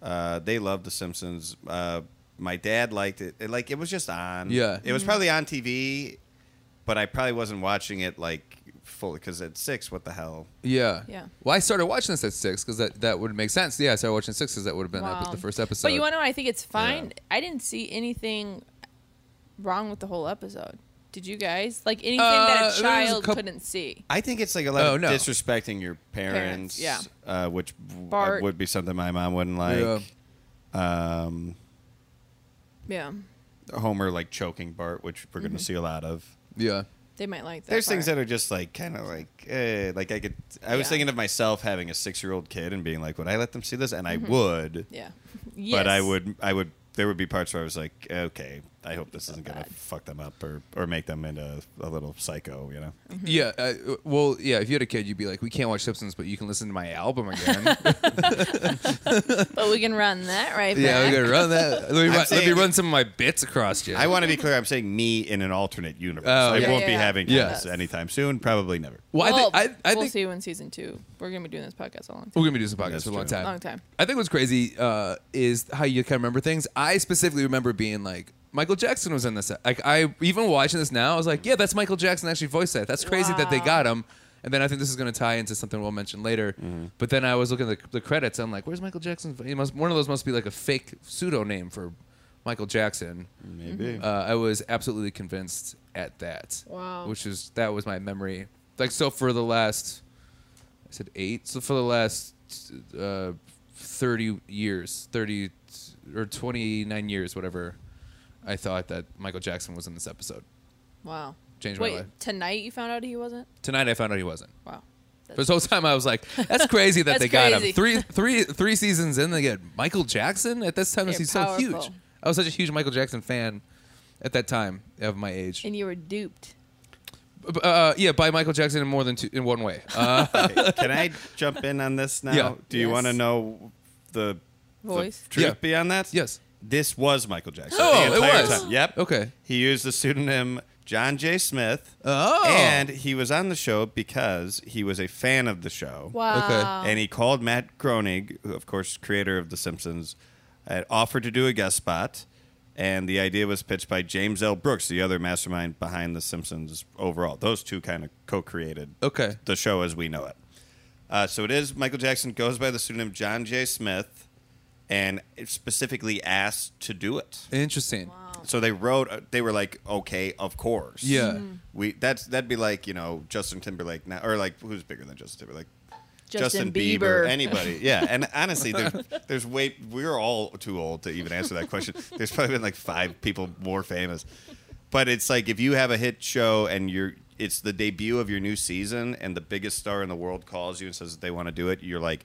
[SPEAKER 1] Uh, they loved The Simpsons. Uh, my dad liked it. It- Like it was just on.
[SPEAKER 2] Yeah.
[SPEAKER 1] it
[SPEAKER 3] Mm-hmm.
[SPEAKER 1] was probably on TV, but I probably wasn't watching it like fully because at six, what the hell?
[SPEAKER 2] yeah,
[SPEAKER 3] Yeah.
[SPEAKER 2] Well, I started watching this at six because that, that would make sense. Yeah, I started watching six because that would have been
[SPEAKER 3] Wow.
[SPEAKER 2] epi- the first episode.
[SPEAKER 3] But you want to know? I think it's fine.
[SPEAKER 1] Yeah.
[SPEAKER 3] I didn't see anything wrong with the whole episode. Did you guys like anything
[SPEAKER 2] Uh,
[SPEAKER 3] that
[SPEAKER 2] there's
[SPEAKER 3] a
[SPEAKER 2] a
[SPEAKER 3] child
[SPEAKER 2] couple-
[SPEAKER 3] couldn't see?
[SPEAKER 1] I think it's like a lot
[SPEAKER 2] Oh,
[SPEAKER 1] of
[SPEAKER 2] no.
[SPEAKER 1] disrespecting your parents,
[SPEAKER 3] Parents, yeah.
[SPEAKER 1] uh, which w-
[SPEAKER 3] Bart.
[SPEAKER 1] would be something my mom wouldn't like.
[SPEAKER 2] Yeah.
[SPEAKER 1] Um,
[SPEAKER 3] Yeah.
[SPEAKER 1] Homer like choking Bart, which we're
[SPEAKER 3] Mm-hmm.
[SPEAKER 1] going to see a lot of.
[SPEAKER 2] Yeah.
[SPEAKER 3] They might like that.
[SPEAKER 1] There's things
[SPEAKER 3] part.
[SPEAKER 1] that are just like kind of like eh, like I could. I was
[SPEAKER 3] Yeah.
[SPEAKER 1] thinking of myself having a six year old kid and being like, would I let them see this? And I would,
[SPEAKER 3] Yeah.
[SPEAKER 1] but I
[SPEAKER 3] Mm-hmm. Yes.
[SPEAKER 1] would. I would. There would be parts where I was like, okay, I hope this isn't going to
[SPEAKER 3] bad.
[SPEAKER 1] fuck them up or or make them into a little psycho. You know.
[SPEAKER 3] Mm-hmm.
[SPEAKER 2] Yeah. Uh, well, yeah. If you had a kid, you'd be like, "We can't watch Simpsons, but you can listen to my album again."
[SPEAKER 3] But we can run that right
[SPEAKER 2] yeah,
[SPEAKER 3] back.
[SPEAKER 2] we gotta run that. Let me, run, let me
[SPEAKER 1] saying-
[SPEAKER 2] run some of my bits across you.
[SPEAKER 1] I want to be clear. I'm saying me in an alternate universe.
[SPEAKER 2] Oh,
[SPEAKER 1] I
[SPEAKER 2] yeah,
[SPEAKER 1] won't be
[SPEAKER 3] yeah.
[SPEAKER 1] having
[SPEAKER 2] Yeah.
[SPEAKER 1] this anytime soon. Probably never.
[SPEAKER 2] well,
[SPEAKER 3] Well,
[SPEAKER 2] I think I, I
[SPEAKER 3] we'll
[SPEAKER 2] think
[SPEAKER 3] see you in season two. We're gonna be doing this podcast a long time.
[SPEAKER 2] We're gonna be doing some podcasts
[SPEAKER 1] That's
[SPEAKER 2] for a long
[SPEAKER 1] true.
[SPEAKER 2] time.
[SPEAKER 3] Long time.
[SPEAKER 2] I think what's crazy uh, is how you kind of remember things. I specifically remember being like, Michael Jackson was in this. Like, I even watching this now, I was like, yeah, that's Michael Jackson actually voiced that. That's crazy that they
[SPEAKER 3] Wow.
[SPEAKER 2] got him. And then I think this is going to tie into something we'll mention later.
[SPEAKER 1] Mm-hmm.
[SPEAKER 2] But then I was looking at the, the credits. I'm like, where's Michael Jackson? He must, one of those must be like a fake pseudo name for Michael Jackson.
[SPEAKER 3] Mm-hmm.
[SPEAKER 1] Maybe.
[SPEAKER 2] Uh, I was absolutely convinced at that.
[SPEAKER 3] Wow.
[SPEAKER 2] Which is that was my memory. Like so for the last, I said eight. So for the last uh, thirty years, thirty or twenty nine years, whatever, I thought that Michael Jackson was in this episode.
[SPEAKER 3] Wow.
[SPEAKER 2] Changed my
[SPEAKER 3] Wait,
[SPEAKER 2] life.
[SPEAKER 3] tonight you found out he wasn't?
[SPEAKER 2] Tonight I found out he wasn't.
[SPEAKER 3] Wow.
[SPEAKER 2] But this whole time I was like, "That's crazy that
[SPEAKER 3] That's
[SPEAKER 2] they got him."
[SPEAKER 3] crazy.
[SPEAKER 2] Three, three, three seasons in, they get Michael Jackson at this time.
[SPEAKER 3] They're
[SPEAKER 2] He's so huge.
[SPEAKER 3] powerful.
[SPEAKER 2] I was such a huge Michael Jackson fan at that time of my age.
[SPEAKER 3] And you were duped.
[SPEAKER 2] Uh, yeah, by Michael Jackson in more than two, in one way. Uh,
[SPEAKER 1] Okay, Can I jump in on this now?
[SPEAKER 2] Yeah.
[SPEAKER 1] Do you
[SPEAKER 3] Yes.
[SPEAKER 1] want to know the, the
[SPEAKER 3] Voice?
[SPEAKER 1] truth
[SPEAKER 2] Yeah.
[SPEAKER 1] beyond that?
[SPEAKER 2] yes.
[SPEAKER 1] This was Michael Jackson.
[SPEAKER 2] Oh,
[SPEAKER 1] the
[SPEAKER 2] it
[SPEAKER 1] entire
[SPEAKER 2] was.
[SPEAKER 1] Time. Yep.
[SPEAKER 2] Okay.
[SPEAKER 1] He used the pseudonym John J. Smith.
[SPEAKER 2] Oh.
[SPEAKER 1] And he was on the show because he was a fan of the show.
[SPEAKER 3] Wow.
[SPEAKER 1] And he called Matt Groening, who, of course, creator of The Simpsons, and offered to do a guest spot. And the idea was pitched by James L. Brooks, the other mastermind behind The Simpsons overall. Those two kind of co created
[SPEAKER 2] Okay.
[SPEAKER 1] the show as we know it. Uh, so it is Michael Jackson goes by the pseudonym John J. Smith and specifically asked to do it.
[SPEAKER 2] Interesting.
[SPEAKER 1] So they wrote, uh, they were like, okay, of course.
[SPEAKER 2] Yeah.
[SPEAKER 3] Mm-hmm.
[SPEAKER 2] Mhm.
[SPEAKER 1] We that's that'd be like you know Justin Timberlake now or like who's bigger than Justin Timberlake?
[SPEAKER 3] Justin Bieber.
[SPEAKER 1] anybody? Yeah, and honestly, there's, there's way we're all too old to even answer that question. There's probably been like five people more famous, but it's like if you have a hit show and you're it's the debut of your new season and the biggest star in the world calls you and says that they want to do it, you're like,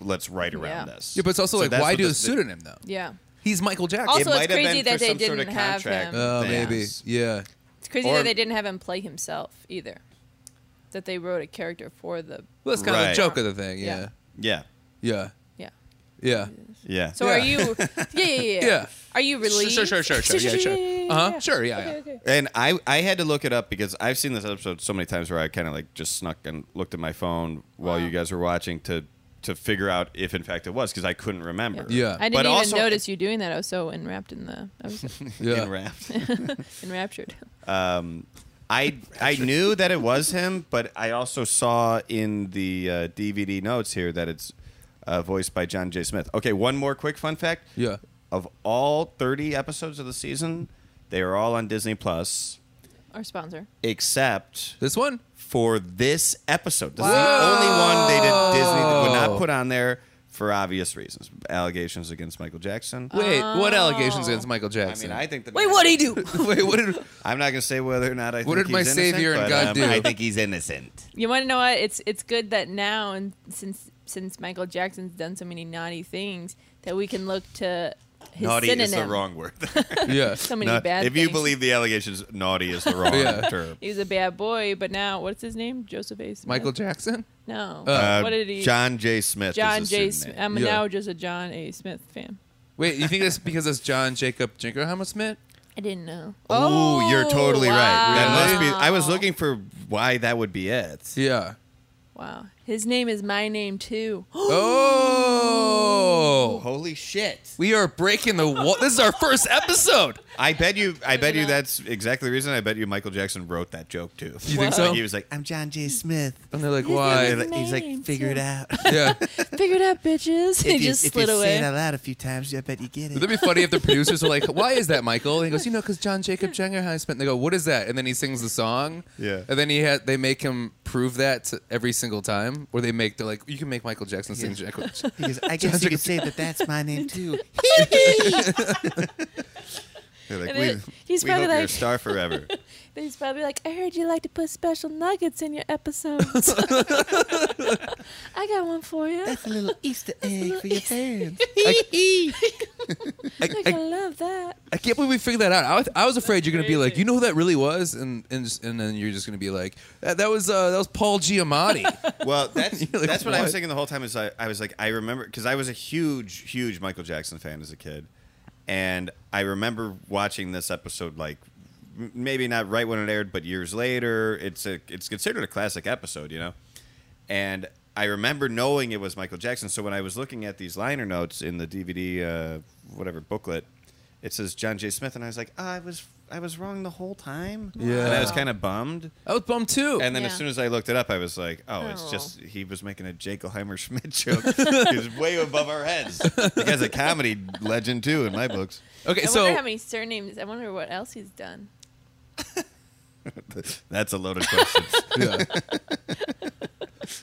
[SPEAKER 1] let's write around
[SPEAKER 3] Yeah.
[SPEAKER 1] this.
[SPEAKER 2] Yeah, but it's also
[SPEAKER 1] So
[SPEAKER 2] like,
[SPEAKER 1] that's
[SPEAKER 2] why
[SPEAKER 1] what
[SPEAKER 2] do a
[SPEAKER 1] this-
[SPEAKER 2] pseudonym though?
[SPEAKER 3] Yeah.
[SPEAKER 2] He's Michael Jackson.
[SPEAKER 3] Also,
[SPEAKER 1] it
[SPEAKER 3] it's
[SPEAKER 1] might have
[SPEAKER 3] crazy
[SPEAKER 1] been
[SPEAKER 3] that
[SPEAKER 1] for
[SPEAKER 3] they
[SPEAKER 1] some sort of
[SPEAKER 3] didn't have
[SPEAKER 1] contract
[SPEAKER 3] him.
[SPEAKER 2] oh,
[SPEAKER 1] thing.
[SPEAKER 2] maybe. Yeah.
[SPEAKER 3] It's crazy
[SPEAKER 1] Or-
[SPEAKER 3] that they didn't have him play himself either. That they wrote a character for the
[SPEAKER 2] Well, that's kind of
[SPEAKER 1] Right.
[SPEAKER 2] the joke of the thing. Yeah.
[SPEAKER 1] Yeah,
[SPEAKER 2] Yeah.
[SPEAKER 3] yeah.
[SPEAKER 2] Yeah.
[SPEAKER 1] yeah.
[SPEAKER 3] So
[SPEAKER 2] Yeah.
[SPEAKER 3] are you? Yeah, yeah, yeah.
[SPEAKER 2] Yeah.
[SPEAKER 3] Are you relieved?
[SPEAKER 2] Sure, sure, sure, sure. Yeah, sure. Uh huh. Sure. Yeah. yeah.
[SPEAKER 3] Okay, okay.
[SPEAKER 1] And I, I had to look it up because I've seen this episode so many times where I kind of like just snuck and looked at my phone while
[SPEAKER 3] Wow.
[SPEAKER 1] you guys were watching to to figure out if in fact it was because I couldn't remember.
[SPEAKER 2] Yeah.
[SPEAKER 3] I didn't
[SPEAKER 1] But
[SPEAKER 3] even
[SPEAKER 1] also-
[SPEAKER 3] notice you doing that. I was so enwrapped in the, I was
[SPEAKER 2] Yeah.
[SPEAKER 1] Enwrapped.
[SPEAKER 3] enraptured.
[SPEAKER 1] I I knew that it was him, but I also saw in the uh, DVD notes here that it's uh, voiced by John J. Smith. Okay, one more quick fun fact.
[SPEAKER 2] Yeah.
[SPEAKER 1] Of all 30 episodes of the season, they are all on Disney Plus,
[SPEAKER 3] Our sponsor.
[SPEAKER 1] except
[SPEAKER 2] This one.
[SPEAKER 1] for this episode. This
[SPEAKER 2] Wow.
[SPEAKER 1] is the only one they did Disney that would not put on there for obvious reasons. Allegations against Michael Jackson.
[SPEAKER 2] Wait. What allegations
[SPEAKER 3] Oh.
[SPEAKER 2] against Michael
[SPEAKER 1] I
[SPEAKER 2] Jackson?
[SPEAKER 1] mean, I think that.
[SPEAKER 3] Wait, what'd he do?
[SPEAKER 2] Wait. What did?
[SPEAKER 1] I'm not going to say whether or not I
[SPEAKER 2] What
[SPEAKER 1] think
[SPEAKER 2] did my
[SPEAKER 1] he's innocent,
[SPEAKER 2] savior and
[SPEAKER 1] but,
[SPEAKER 2] God
[SPEAKER 1] um,
[SPEAKER 2] do?
[SPEAKER 1] I think he's innocent.
[SPEAKER 3] You want to know what? It's it's good that now and since since Michael Jackson's done so many naughty things that we can look to his
[SPEAKER 1] naughty
[SPEAKER 3] synonym.
[SPEAKER 1] is the wrong word.
[SPEAKER 2] Yeah.
[SPEAKER 3] So many
[SPEAKER 1] No,
[SPEAKER 3] bad.
[SPEAKER 1] if you
[SPEAKER 3] things.
[SPEAKER 1] believe the allegations, naughty is the wrong
[SPEAKER 2] Yeah.
[SPEAKER 1] term.
[SPEAKER 3] he was a bad boy, but now what's his name? Joseph A. Smith?
[SPEAKER 2] Michael Jackson.
[SPEAKER 3] No.
[SPEAKER 2] Uh,
[SPEAKER 3] what did he?
[SPEAKER 1] John J. Smith.
[SPEAKER 3] John
[SPEAKER 1] is
[SPEAKER 3] J.
[SPEAKER 1] his
[SPEAKER 3] Smith.
[SPEAKER 1] pseudonym.
[SPEAKER 3] I'm
[SPEAKER 2] Yeah.
[SPEAKER 3] now just a John A. Smith fan.
[SPEAKER 2] Wait. You think that's because it's John Jacob Jinkerhammer Smith?
[SPEAKER 3] I didn't know.
[SPEAKER 1] Ooh, you're totally right. That must be.
[SPEAKER 3] oh, Wow.
[SPEAKER 1] I was looking for why that would be it.
[SPEAKER 2] Yeah.
[SPEAKER 3] Wow. His name is my name too.
[SPEAKER 2] Oh.
[SPEAKER 1] Holy shit!
[SPEAKER 2] We are breaking the wall. This is our first episode.
[SPEAKER 1] I bet you. I bet
[SPEAKER 3] it
[SPEAKER 1] you.
[SPEAKER 3] up.
[SPEAKER 1] That's exactly the reason. I bet you. Michael Jackson wrote that joke too.
[SPEAKER 2] You think
[SPEAKER 1] Like,
[SPEAKER 2] so?
[SPEAKER 1] He was like, "I'm John J. Smith."
[SPEAKER 2] And they're like,
[SPEAKER 1] And
[SPEAKER 2] why?
[SPEAKER 1] they're like- he's
[SPEAKER 3] name,
[SPEAKER 1] like, "Figure it
[SPEAKER 3] too."
[SPEAKER 1] out."
[SPEAKER 2] yeah.
[SPEAKER 3] Figured out, bitches. He
[SPEAKER 1] If you-
[SPEAKER 3] just
[SPEAKER 1] if
[SPEAKER 3] slid
[SPEAKER 1] you Say
[SPEAKER 3] away.
[SPEAKER 1] it out loud a few times. I bet you get
[SPEAKER 2] Would that
[SPEAKER 1] it.
[SPEAKER 2] be funny if the producers were like, "Why is that, Michael?" And he goes, "You know, because John Jacob Jingleheimer Smith." And they go, "What is that?" And then he sings the song.
[SPEAKER 1] Yeah.
[SPEAKER 2] And then he had they make him prove that to- every single time. time where they make they're like you can make Michael Jackson sing
[SPEAKER 4] Yeah.
[SPEAKER 2] Jack.
[SPEAKER 4] Because I guess you could say that that's my name too.
[SPEAKER 1] They're like,
[SPEAKER 3] And
[SPEAKER 1] we,
[SPEAKER 3] it- he's
[SPEAKER 1] we
[SPEAKER 3] probably
[SPEAKER 1] hope you're a
[SPEAKER 3] like-
[SPEAKER 1] star forever.
[SPEAKER 3] He's probably like, I heard you like to put special nuggets in your episodes. I got one for you.
[SPEAKER 4] That's a little Easter egg for your fans.
[SPEAKER 2] I,
[SPEAKER 3] You're
[SPEAKER 2] I,
[SPEAKER 3] gonna love that.
[SPEAKER 2] I can't believe we figured that out. I, was- I was afraid you're gonna be like,
[SPEAKER 3] crazy.
[SPEAKER 2] you know who that really was, and and just- and then you're just gonna be like, that, that was uh, that was Paul Giamatti.
[SPEAKER 1] Well, that's
[SPEAKER 2] You're like,
[SPEAKER 1] that's what, I
[SPEAKER 2] "What?"
[SPEAKER 1] was thinking the whole time. Is I, I was like, I remember because I was a huge, huge Michael Jackson fan as a kid, and I remember watching this episode like m- maybe not right when it aired, but years later. It's a it's considered a classic episode, you know, and I remember knowing it was Michael Jackson. So when I was looking at these liner notes in the DVD, uh, whatever booklet, it says John J. Smith, and I was like, "Ah, I was I was wrong the whole time.
[SPEAKER 2] Yeah.
[SPEAKER 1] and I was kind of bummed.
[SPEAKER 2] I was bummed too.
[SPEAKER 1] And then
[SPEAKER 3] Yeah.
[SPEAKER 1] as soon as I looked it up, I was like, oh, it's
[SPEAKER 3] Oh.
[SPEAKER 1] just he was making a Jekyllheimer Schmidt joke. he was way above our heads. The guy's a comedy legend too in my books.
[SPEAKER 2] okay,
[SPEAKER 3] I
[SPEAKER 2] so
[SPEAKER 3] wonder how many surnames. I wonder what else he's done.
[SPEAKER 1] That's a loaded question.
[SPEAKER 2] yeah.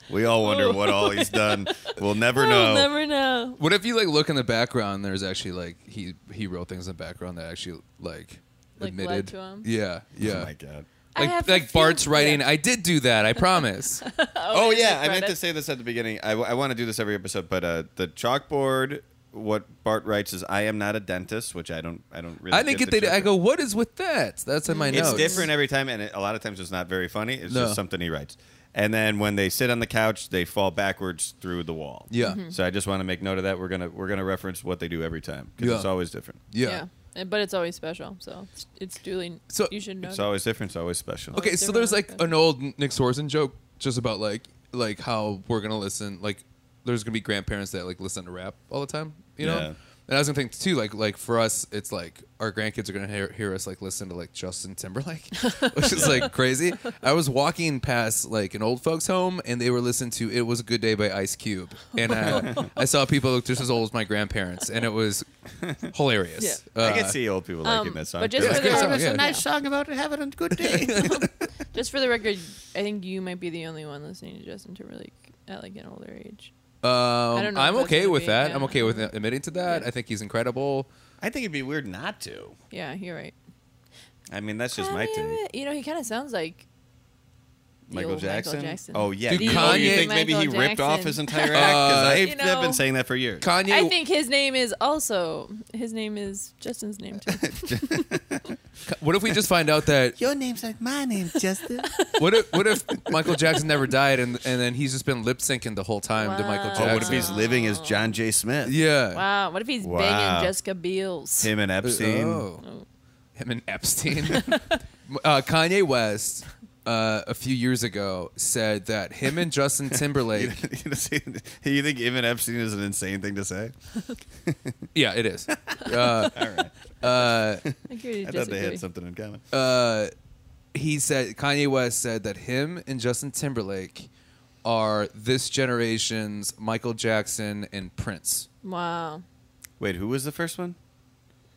[SPEAKER 1] we all wonder what all he's done. We'll never know. Oh,
[SPEAKER 3] I'll never know.
[SPEAKER 2] what if you like look in the background? There's actually like he he wrote things in the background that actually like,
[SPEAKER 3] Like, lied
[SPEAKER 2] admitted
[SPEAKER 3] to him?
[SPEAKER 2] Yeah, yeah.
[SPEAKER 1] Oh my god.
[SPEAKER 3] I
[SPEAKER 2] like
[SPEAKER 3] have a
[SPEAKER 2] like
[SPEAKER 3] few-
[SPEAKER 2] Bart's writing.
[SPEAKER 3] yeah.
[SPEAKER 2] I did do that. I promise.
[SPEAKER 1] Oh, yeah, I meant
[SPEAKER 3] credit.
[SPEAKER 1] to say this at the beginning. I, want to do this every episode, but uh, the chalkboard. What Bart writes is, "I am not a dentist," which I don't. I don't really.
[SPEAKER 2] I didn't get
[SPEAKER 1] the
[SPEAKER 2] that. I
[SPEAKER 1] joke.
[SPEAKER 2] go. What is with that? That's in my
[SPEAKER 1] It's
[SPEAKER 2] notes.
[SPEAKER 1] different every time, and it, a lot of times it's not very funny. It's
[SPEAKER 2] No.
[SPEAKER 1] just something he writes. And then when they sit on the couch, they fall backwards through the wall.
[SPEAKER 2] Yeah.
[SPEAKER 3] Mm-hmm.
[SPEAKER 2] Mhm.
[SPEAKER 1] So I just want to make note of that. We're gonna we're gonna reference what they do every time because
[SPEAKER 2] Yeah.
[SPEAKER 1] it's always different.
[SPEAKER 2] Yeah.
[SPEAKER 3] And- But it's always special, so it's- it's duly.
[SPEAKER 2] So-
[SPEAKER 3] you should know.
[SPEAKER 1] It's
[SPEAKER 3] that.
[SPEAKER 1] always different. It's always special.
[SPEAKER 2] Okay,
[SPEAKER 3] Always
[SPEAKER 2] so there's like an
[SPEAKER 3] different.
[SPEAKER 2] old Nick Swartzen joke just about like like how we're gonna listen like there's gonna be grandparents that like listen to rap all the time, you know.
[SPEAKER 1] Yeah.
[SPEAKER 2] And I was gonna think too, like like for us, it's like our grandkids are gonna hear, hear us like listen to like Justin Timberlake, which is like crazy. I was walking past like an old folks' home, and they were listening to "It Was a Good Day" by Ice Cube, and I, I saw people look just as old as my grandparents, and it was hilarious.
[SPEAKER 1] I
[SPEAKER 2] Uh,
[SPEAKER 1] can see old people liking
[SPEAKER 3] Um,
[SPEAKER 1] that song.
[SPEAKER 3] but just
[SPEAKER 1] They're
[SPEAKER 2] It's
[SPEAKER 1] like,
[SPEAKER 3] for
[SPEAKER 2] a good
[SPEAKER 3] the
[SPEAKER 2] song,
[SPEAKER 4] That's
[SPEAKER 2] yeah.
[SPEAKER 4] a nice song about having a good day.
[SPEAKER 3] Just for the record, I think you might be the only one listening to Justin Timberlake at like an older age.
[SPEAKER 2] Um,
[SPEAKER 3] don't know if
[SPEAKER 2] I'm
[SPEAKER 3] that's
[SPEAKER 2] okay
[SPEAKER 3] gonna
[SPEAKER 2] with
[SPEAKER 3] be-
[SPEAKER 2] that.
[SPEAKER 3] yeah.
[SPEAKER 2] I'm okay with admitting to that.
[SPEAKER 3] Yeah.
[SPEAKER 2] I think he's incredible.
[SPEAKER 1] I think it'd be weird not to.
[SPEAKER 3] Yeah, you're right.
[SPEAKER 1] I mean, that's just
[SPEAKER 3] I
[SPEAKER 1] my
[SPEAKER 3] mean,
[SPEAKER 1] take.
[SPEAKER 3] You know, he kind of sounds like the
[SPEAKER 1] Michael
[SPEAKER 3] old
[SPEAKER 1] Jackson?
[SPEAKER 3] Michael Jackson.
[SPEAKER 1] Oh yeah.
[SPEAKER 2] Dude,
[SPEAKER 1] you, oh, you
[SPEAKER 2] Kanye-
[SPEAKER 1] think maybe he
[SPEAKER 3] Michael
[SPEAKER 1] ripped off
[SPEAKER 3] Jackson.
[SPEAKER 1] his entire act? Because
[SPEAKER 2] Uh,
[SPEAKER 1] I've,
[SPEAKER 3] You
[SPEAKER 1] I've
[SPEAKER 3] know.
[SPEAKER 1] been saying that for years.
[SPEAKER 2] Kanye.
[SPEAKER 3] I think his name is also his name is Justin's name too.
[SPEAKER 2] What if we just find out that?
[SPEAKER 4] Your name's like my name, Justin.
[SPEAKER 2] What if? What if Michael Jackson never died and and then he's just been lip syncing the whole time to Michael
[SPEAKER 3] Wow.
[SPEAKER 2] Jackson?
[SPEAKER 1] Oh, what if he's living as John J. Smith?
[SPEAKER 2] Yeah.
[SPEAKER 3] wow, what if he's
[SPEAKER 1] Wow.
[SPEAKER 3] banging Jessica Biel's?
[SPEAKER 1] Him and Epstein.
[SPEAKER 2] Oh. Him and Epstein. uh, Kanye West. Uh, a few years ago, said that him and Justin Timberlake.
[SPEAKER 1] you, know, see, you think even Epstein is an insane thing to say?
[SPEAKER 2] yeah, it is. Uh,
[SPEAKER 1] All right.
[SPEAKER 2] uh,
[SPEAKER 3] I, agree to
[SPEAKER 1] I thought they
[SPEAKER 3] disagree.
[SPEAKER 1] had something in common.
[SPEAKER 2] uh, he said Kanye West said that him and Justin Timberlake are this generation's Michael Jackson and Prince.
[SPEAKER 3] Wow,
[SPEAKER 1] Wait, who was the first one?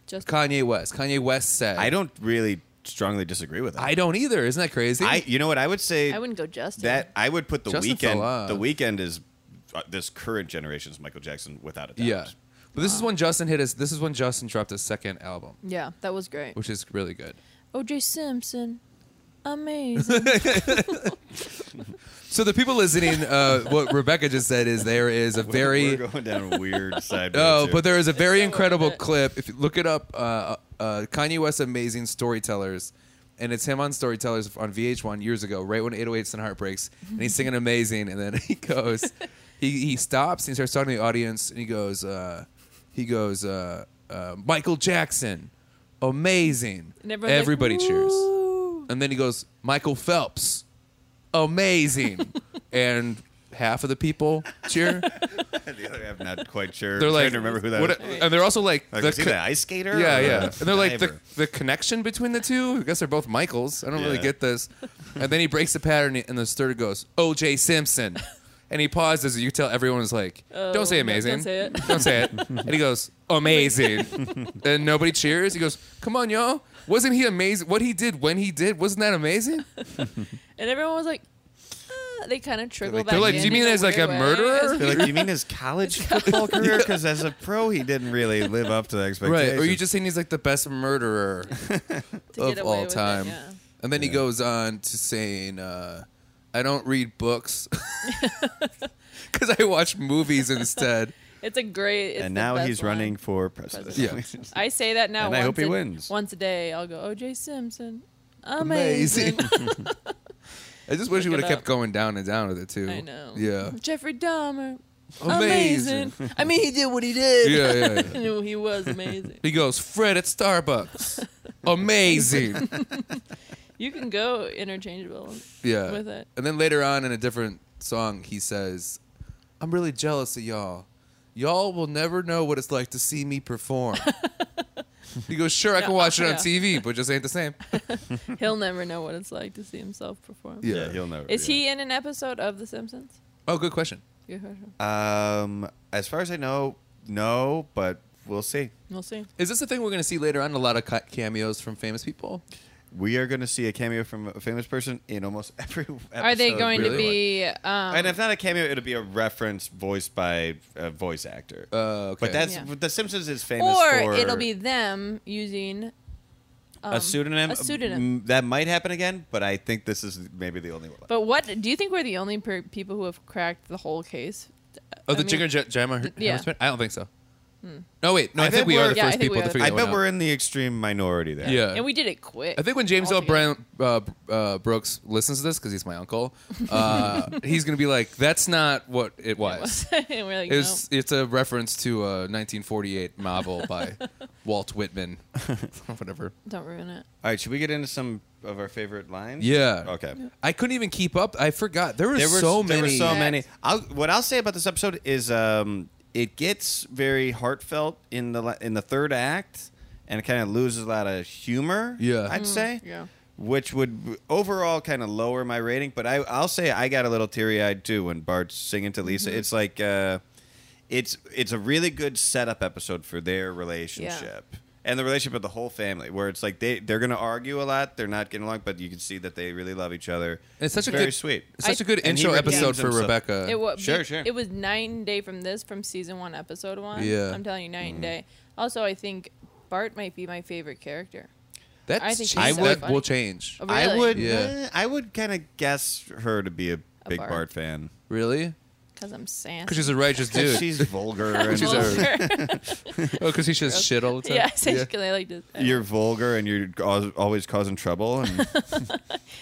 [SPEAKER 3] just
[SPEAKER 2] Kanye West. Kanye West said,
[SPEAKER 1] I don't really strongly disagree with that.
[SPEAKER 2] I don't either. Isn't that crazy?
[SPEAKER 1] I you know what I would say
[SPEAKER 3] I wouldn't go Justin.
[SPEAKER 1] that I would put the
[SPEAKER 2] Justin
[SPEAKER 1] weekend.
[SPEAKER 2] Fallon.
[SPEAKER 1] The weekend is uh, this current generation's Michael Jackson without a doubt.
[SPEAKER 2] yeah. But this is when Justin hit his. This is when Justin dropped his second album,
[SPEAKER 3] yeah, that was great.
[SPEAKER 2] which is really good.
[SPEAKER 3] OJ Simpson, amazing.
[SPEAKER 2] So the people listening, uh, what Rebecca just said is there is a very
[SPEAKER 1] We're going down a weird side.
[SPEAKER 2] Oh,
[SPEAKER 1] road
[SPEAKER 2] but
[SPEAKER 1] here.
[SPEAKER 2] there is a very
[SPEAKER 3] Don't worry
[SPEAKER 2] incredible
[SPEAKER 3] about it.
[SPEAKER 2] clip. If you look it up, uh, uh, Kanye West Amazing Storytellers, and it's him on Storytellers on VH1 years ago, right when 808s and Heartbreaks, and he's singing Amazing, and then he goes, he, he stops, and he starts talking to the audience, and he goes, uh, he goes, uh, uh, Michael Jackson, Amazing.
[SPEAKER 3] And everyone's like,
[SPEAKER 2] Everybody cheers.
[SPEAKER 3] "Woo."
[SPEAKER 2] And then he goes, Michael Phelps, Amazing. and half of the people cheer.
[SPEAKER 1] the other half not quite sure.
[SPEAKER 2] They're
[SPEAKER 1] I'm
[SPEAKER 2] like,
[SPEAKER 1] trying to remember who that
[SPEAKER 2] what-
[SPEAKER 1] was.
[SPEAKER 2] and they're also like,
[SPEAKER 1] Like,
[SPEAKER 2] the
[SPEAKER 1] was he
[SPEAKER 2] co-
[SPEAKER 1] the ice skater?
[SPEAKER 2] yeah,
[SPEAKER 1] or
[SPEAKER 2] yeah.
[SPEAKER 1] the
[SPEAKER 2] And they're like the,
[SPEAKER 1] diver?
[SPEAKER 2] the connection between the two. I guess they're both Michaels. I don't really
[SPEAKER 1] Yeah.
[SPEAKER 2] get this. And then he breaks the pattern, and the third goes O.J. Simpson, and he pauses. You could tell everyone was like,
[SPEAKER 3] Oh,
[SPEAKER 2] "Don't say
[SPEAKER 3] no,
[SPEAKER 2] amazing.
[SPEAKER 3] don't say it.
[SPEAKER 2] Don't say it." and he goes, "Amazing," and nobody cheers. He goes, "Come on, y'all! Wasn't he amazing? What he did when he did wasn't that amazing?"
[SPEAKER 3] and everyone was like, "Ah," they kind of trickle
[SPEAKER 1] like-
[SPEAKER 3] back
[SPEAKER 2] They're like,
[SPEAKER 3] in
[SPEAKER 2] do you
[SPEAKER 3] in
[SPEAKER 2] mean as like a
[SPEAKER 3] weird way."
[SPEAKER 2] murderer?
[SPEAKER 1] They're like, do you mean his college football career? Because as a pro, he didn't really live up to the
[SPEAKER 2] Right.
[SPEAKER 1] expectations.
[SPEAKER 2] Or you just saying he's like the best murderer
[SPEAKER 3] To
[SPEAKER 2] of
[SPEAKER 3] get away
[SPEAKER 2] all
[SPEAKER 3] with it,
[SPEAKER 2] time.
[SPEAKER 3] yeah.
[SPEAKER 2] And then he goes on to saying, uh, I don't read books because I watch movies instead.
[SPEAKER 3] It's a great. It's
[SPEAKER 1] and
[SPEAKER 3] the
[SPEAKER 1] now
[SPEAKER 3] best
[SPEAKER 1] he's
[SPEAKER 3] line.
[SPEAKER 1] running for president.
[SPEAKER 2] President.
[SPEAKER 3] I say that now.
[SPEAKER 1] And I
[SPEAKER 3] once
[SPEAKER 1] hope he
[SPEAKER 3] a,
[SPEAKER 1] wins.
[SPEAKER 3] Once a day, I'll go. O.J. Simpson, amazing.
[SPEAKER 2] I just wish he
[SPEAKER 3] Look
[SPEAKER 2] would
[SPEAKER 3] it
[SPEAKER 2] have kept
[SPEAKER 3] up.
[SPEAKER 2] going down and down with it too.
[SPEAKER 3] I know.
[SPEAKER 2] Yeah.
[SPEAKER 3] Jeffrey Dahmer,
[SPEAKER 2] Amazing.
[SPEAKER 3] amazing. I mean, he did what he did.
[SPEAKER 2] Yeah, yeah, yeah.
[SPEAKER 3] No, he was amazing.
[SPEAKER 2] He goes, Fred at Starbucks. Amazing.
[SPEAKER 3] You can go interchangeable.
[SPEAKER 2] Yeah.
[SPEAKER 3] With it.
[SPEAKER 2] And then later on in a different song, he says, I'm really jealous of y'all. Y'all will never know what it's like to see me perform. he goes, Sure, I can
[SPEAKER 3] Yeah,
[SPEAKER 2] watch it on
[SPEAKER 3] yeah.
[SPEAKER 2] TV, but it just ain't the same.
[SPEAKER 3] He'll never know what it's like to see himself perform.
[SPEAKER 2] Yeah.
[SPEAKER 1] Yeah, he'll know.
[SPEAKER 3] Is
[SPEAKER 1] yeah.
[SPEAKER 3] he in an episode of The Simpsons?
[SPEAKER 2] Oh, good question.
[SPEAKER 3] Good question.
[SPEAKER 1] Um, as far as I know, no, but we'll see.
[SPEAKER 3] We'll see.
[SPEAKER 2] Is this a thing we're going to see later on? A lot of ca- cameos from famous people?
[SPEAKER 1] We are going to see a cameo from a famous person in almost every episode.
[SPEAKER 3] Are they going
[SPEAKER 2] really?
[SPEAKER 3] to be? Um,
[SPEAKER 1] And if not a cameo, it'll be a reference voiced by a voice actor.
[SPEAKER 2] Uh, okay.
[SPEAKER 1] But that's
[SPEAKER 3] Yeah.
[SPEAKER 1] The Simpsons is famous
[SPEAKER 3] or
[SPEAKER 1] for
[SPEAKER 3] it'll be them using um,
[SPEAKER 1] a pseudonym.
[SPEAKER 3] A pseudonym.
[SPEAKER 1] Mm, That might happen again, but I think this is maybe the only one.
[SPEAKER 3] But what do you think we're the only per- people who have cracked the whole case?
[SPEAKER 2] Oh, the
[SPEAKER 3] I mean-
[SPEAKER 2] Jigger J- Jama Her-
[SPEAKER 3] yeah. Hmm.
[SPEAKER 2] Hammersmith? I don't think so. No, wait. No, I,
[SPEAKER 1] I
[SPEAKER 2] think
[SPEAKER 1] bet
[SPEAKER 2] we are
[SPEAKER 1] we're-
[SPEAKER 2] the
[SPEAKER 3] Yeah, I
[SPEAKER 2] first
[SPEAKER 3] think we
[SPEAKER 2] people
[SPEAKER 3] are
[SPEAKER 2] to
[SPEAKER 3] the
[SPEAKER 2] figure
[SPEAKER 1] I
[SPEAKER 2] that
[SPEAKER 1] bet
[SPEAKER 2] one
[SPEAKER 1] we're in the extreme minority there.
[SPEAKER 2] out. Yeah.
[SPEAKER 3] And we did it quick.
[SPEAKER 2] I think when James L.
[SPEAKER 3] altogether.
[SPEAKER 2] Brown, uh, uh, Brooks listens to this because he's my uncle, uh, he's gonna be like, "That's not what it was.
[SPEAKER 3] and we're like,
[SPEAKER 2] It was it's a reference to a 1948 novel by Walt Whitman, whatever."
[SPEAKER 3] no, don't ruin it.
[SPEAKER 1] All right, should we get into some of our favorite lines?
[SPEAKER 2] Yeah.
[SPEAKER 1] Okay.
[SPEAKER 2] I couldn't even keep up. I forgot. There were,
[SPEAKER 1] There were
[SPEAKER 2] so
[SPEAKER 1] there
[SPEAKER 2] many.
[SPEAKER 1] were so
[SPEAKER 3] Correct.
[SPEAKER 1] many. I'll, what I'll say about this episode is um, it gets very heartfelt in the la- in the third act, and it kind of loses a lot of humor.
[SPEAKER 2] Yeah.
[SPEAKER 1] I'd say.
[SPEAKER 3] yeah.
[SPEAKER 1] Which would overall kind of lower my rating, but I, I'll say I got a little teary eyed too when Bart's singing to Lisa. It's like, uh, it's it's a really good setup episode for their relationship and the relationship of the whole family, where it's like they they're gonna argue a lot, they're not getting along, but you can see that they really love each other.
[SPEAKER 2] It's such a
[SPEAKER 1] very
[SPEAKER 2] good-
[SPEAKER 1] sweet.
[SPEAKER 2] It's such a
[SPEAKER 3] I-
[SPEAKER 2] good
[SPEAKER 1] And he
[SPEAKER 2] intro
[SPEAKER 1] redeems
[SPEAKER 2] episode for
[SPEAKER 1] himself.
[SPEAKER 2] Rebecca.
[SPEAKER 3] It was
[SPEAKER 1] sure, sure.
[SPEAKER 3] It was nine day from this, from season one, episode one.
[SPEAKER 2] Yeah. Mm-hmm.
[SPEAKER 3] I'm telling you, nine day. Also, I think Bart might be my favorite character.
[SPEAKER 2] That's
[SPEAKER 3] I think she's
[SPEAKER 2] changed.
[SPEAKER 3] so
[SPEAKER 2] that
[SPEAKER 3] funny.
[SPEAKER 2] will change.
[SPEAKER 3] Oh,
[SPEAKER 1] I
[SPEAKER 3] really?
[SPEAKER 1] would,
[SPEAKER 2] Yeah.
[SPEAKER 1] eh, I would kind of guess her to be a, big
[SPEAKER 3] Bart.
[SPEAKER 1] Bart, fan.
[SPEAKER 2] Really?
[SPEAKER 3] Because I'm sad.
[SPEAKER 2] Because she's a righteous dude.
[SPEAKER 1] she's vulgar. and
[SPEAKER 2] She's
[SPEAKER 1] she's
[SPEAKER 2] a- oh, because he says shit all the time.
[SPEAKER 3] yeah, I say because I like to.
[SPEAKER 1] you're vulgar and you're al- always causing trouble.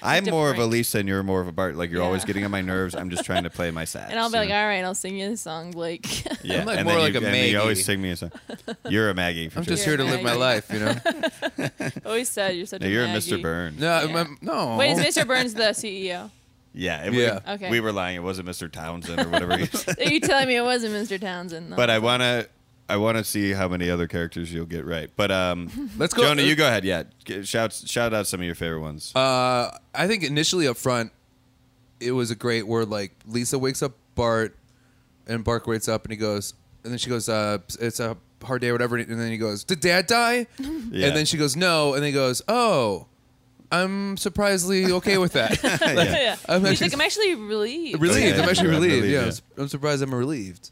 [SPEAKER 1] And I'm more of a
[SPEAKER 3] Different.
[SPEAKER 1] Lisa, and you're more of a Bart. Like you're
[SPEAKER 3] Yeah.
[SPEAKER 1] always getting on my nerves. I'm just trying to play my sax.
[SPEAKER 3] and I'll be
[SPEAKER 1] you
[SPEAKER 3] like,
[SPEAKER 1] know?
[SPEAKER 3] all right, I'll sing you a song, Blake.
[SPEAKER 1] yeah.
[SPEAKER 2] I'm like
[SPEAKER 1] and
[SPEAKER 2] more
[SPEAKER 1] then
[SPEAKER 2] like
[SPEAKER 1] you,
[SPEAKER 2] a
[SPEAKER 1] and then you
[SPEAKER 2] Maggie.
[SPEAKER 1] always sing me a song. You're a Maggie. For
[SPEAKER 2] I'm
[SPEAKER 1] sure.
[SPEAKER 2] just here to live my
[SPEAKER 3] Maggie.
[SPEAKER 2] life, you know.
[SPEAKER 3] Always said you're such
[SPEAKER 1] No,
[SPEAKER 3] a.
[SPEAKER 1] you're a
[SPEAKER 3] Maggie.
[SPEAKER 1] Mr. Burns. Oh.
[SPEAKER 2] No,
[SPEAKER 3] Yeah.
[SPEAKER 2] I'm- no.
[SPEAKER 3] Wait, is Mr. Burns the E CEO?
[SPEAKER 1] Yeah. It,
[SPEAKER 2] Yeah.
[SPEAKER 1] We,
[SPEAKER 3] Okay.
[SPEAKER 1] we were lying. It wasn't Mr. Townsend or whatever. he said.
[SPEAKER 3] Are you telling me it wasn't Mr. Townsend? Though?
[SPEAKER 1] But I wanna. I want to see how many other characters you'll get right. But um,
[SPEAKER 2] Let's go-
[SPEAKER 1] Jonah, you go ahead. Yeah, G- shout shout out some of your favorite ones.
[SPEAKER 2] Uh, I think initially up front, it was a great word. Like Lisa wakes up Bart, and Bart wakes up and he goes, and then she goes, uh, "It's a hard day or whatever." And then he goes, "Did Dad die?"
[SPEAKER 1] Yeah.
[SPEAKER 2] And then she goes, "No." And then he goes, "Oh, I'm surprisingly okay with that."
[SPEAKER 1] Yeah.
[SPEAKER 3] yeah.
[SPEAKER 2] I'm
[SPEAKER 3] He's
[SPEAKER 2] actually-
[SPEAKER 3] like, I'm actually relieved.
[SPEAKER 2] relieved.
[SPEAKER 1] Yeah,
[SPEAKER 2] I'm actually
[SPEAKER 1] yeah,
[SPEAKER 2] relieved.
[SPEAKER 1] relieved,
[SPEAKER 2] Oh, yeah,
[SPEAKER 1] yeah.
[SPEAKER 2] I'm su- I'm surprised. I'm relieved.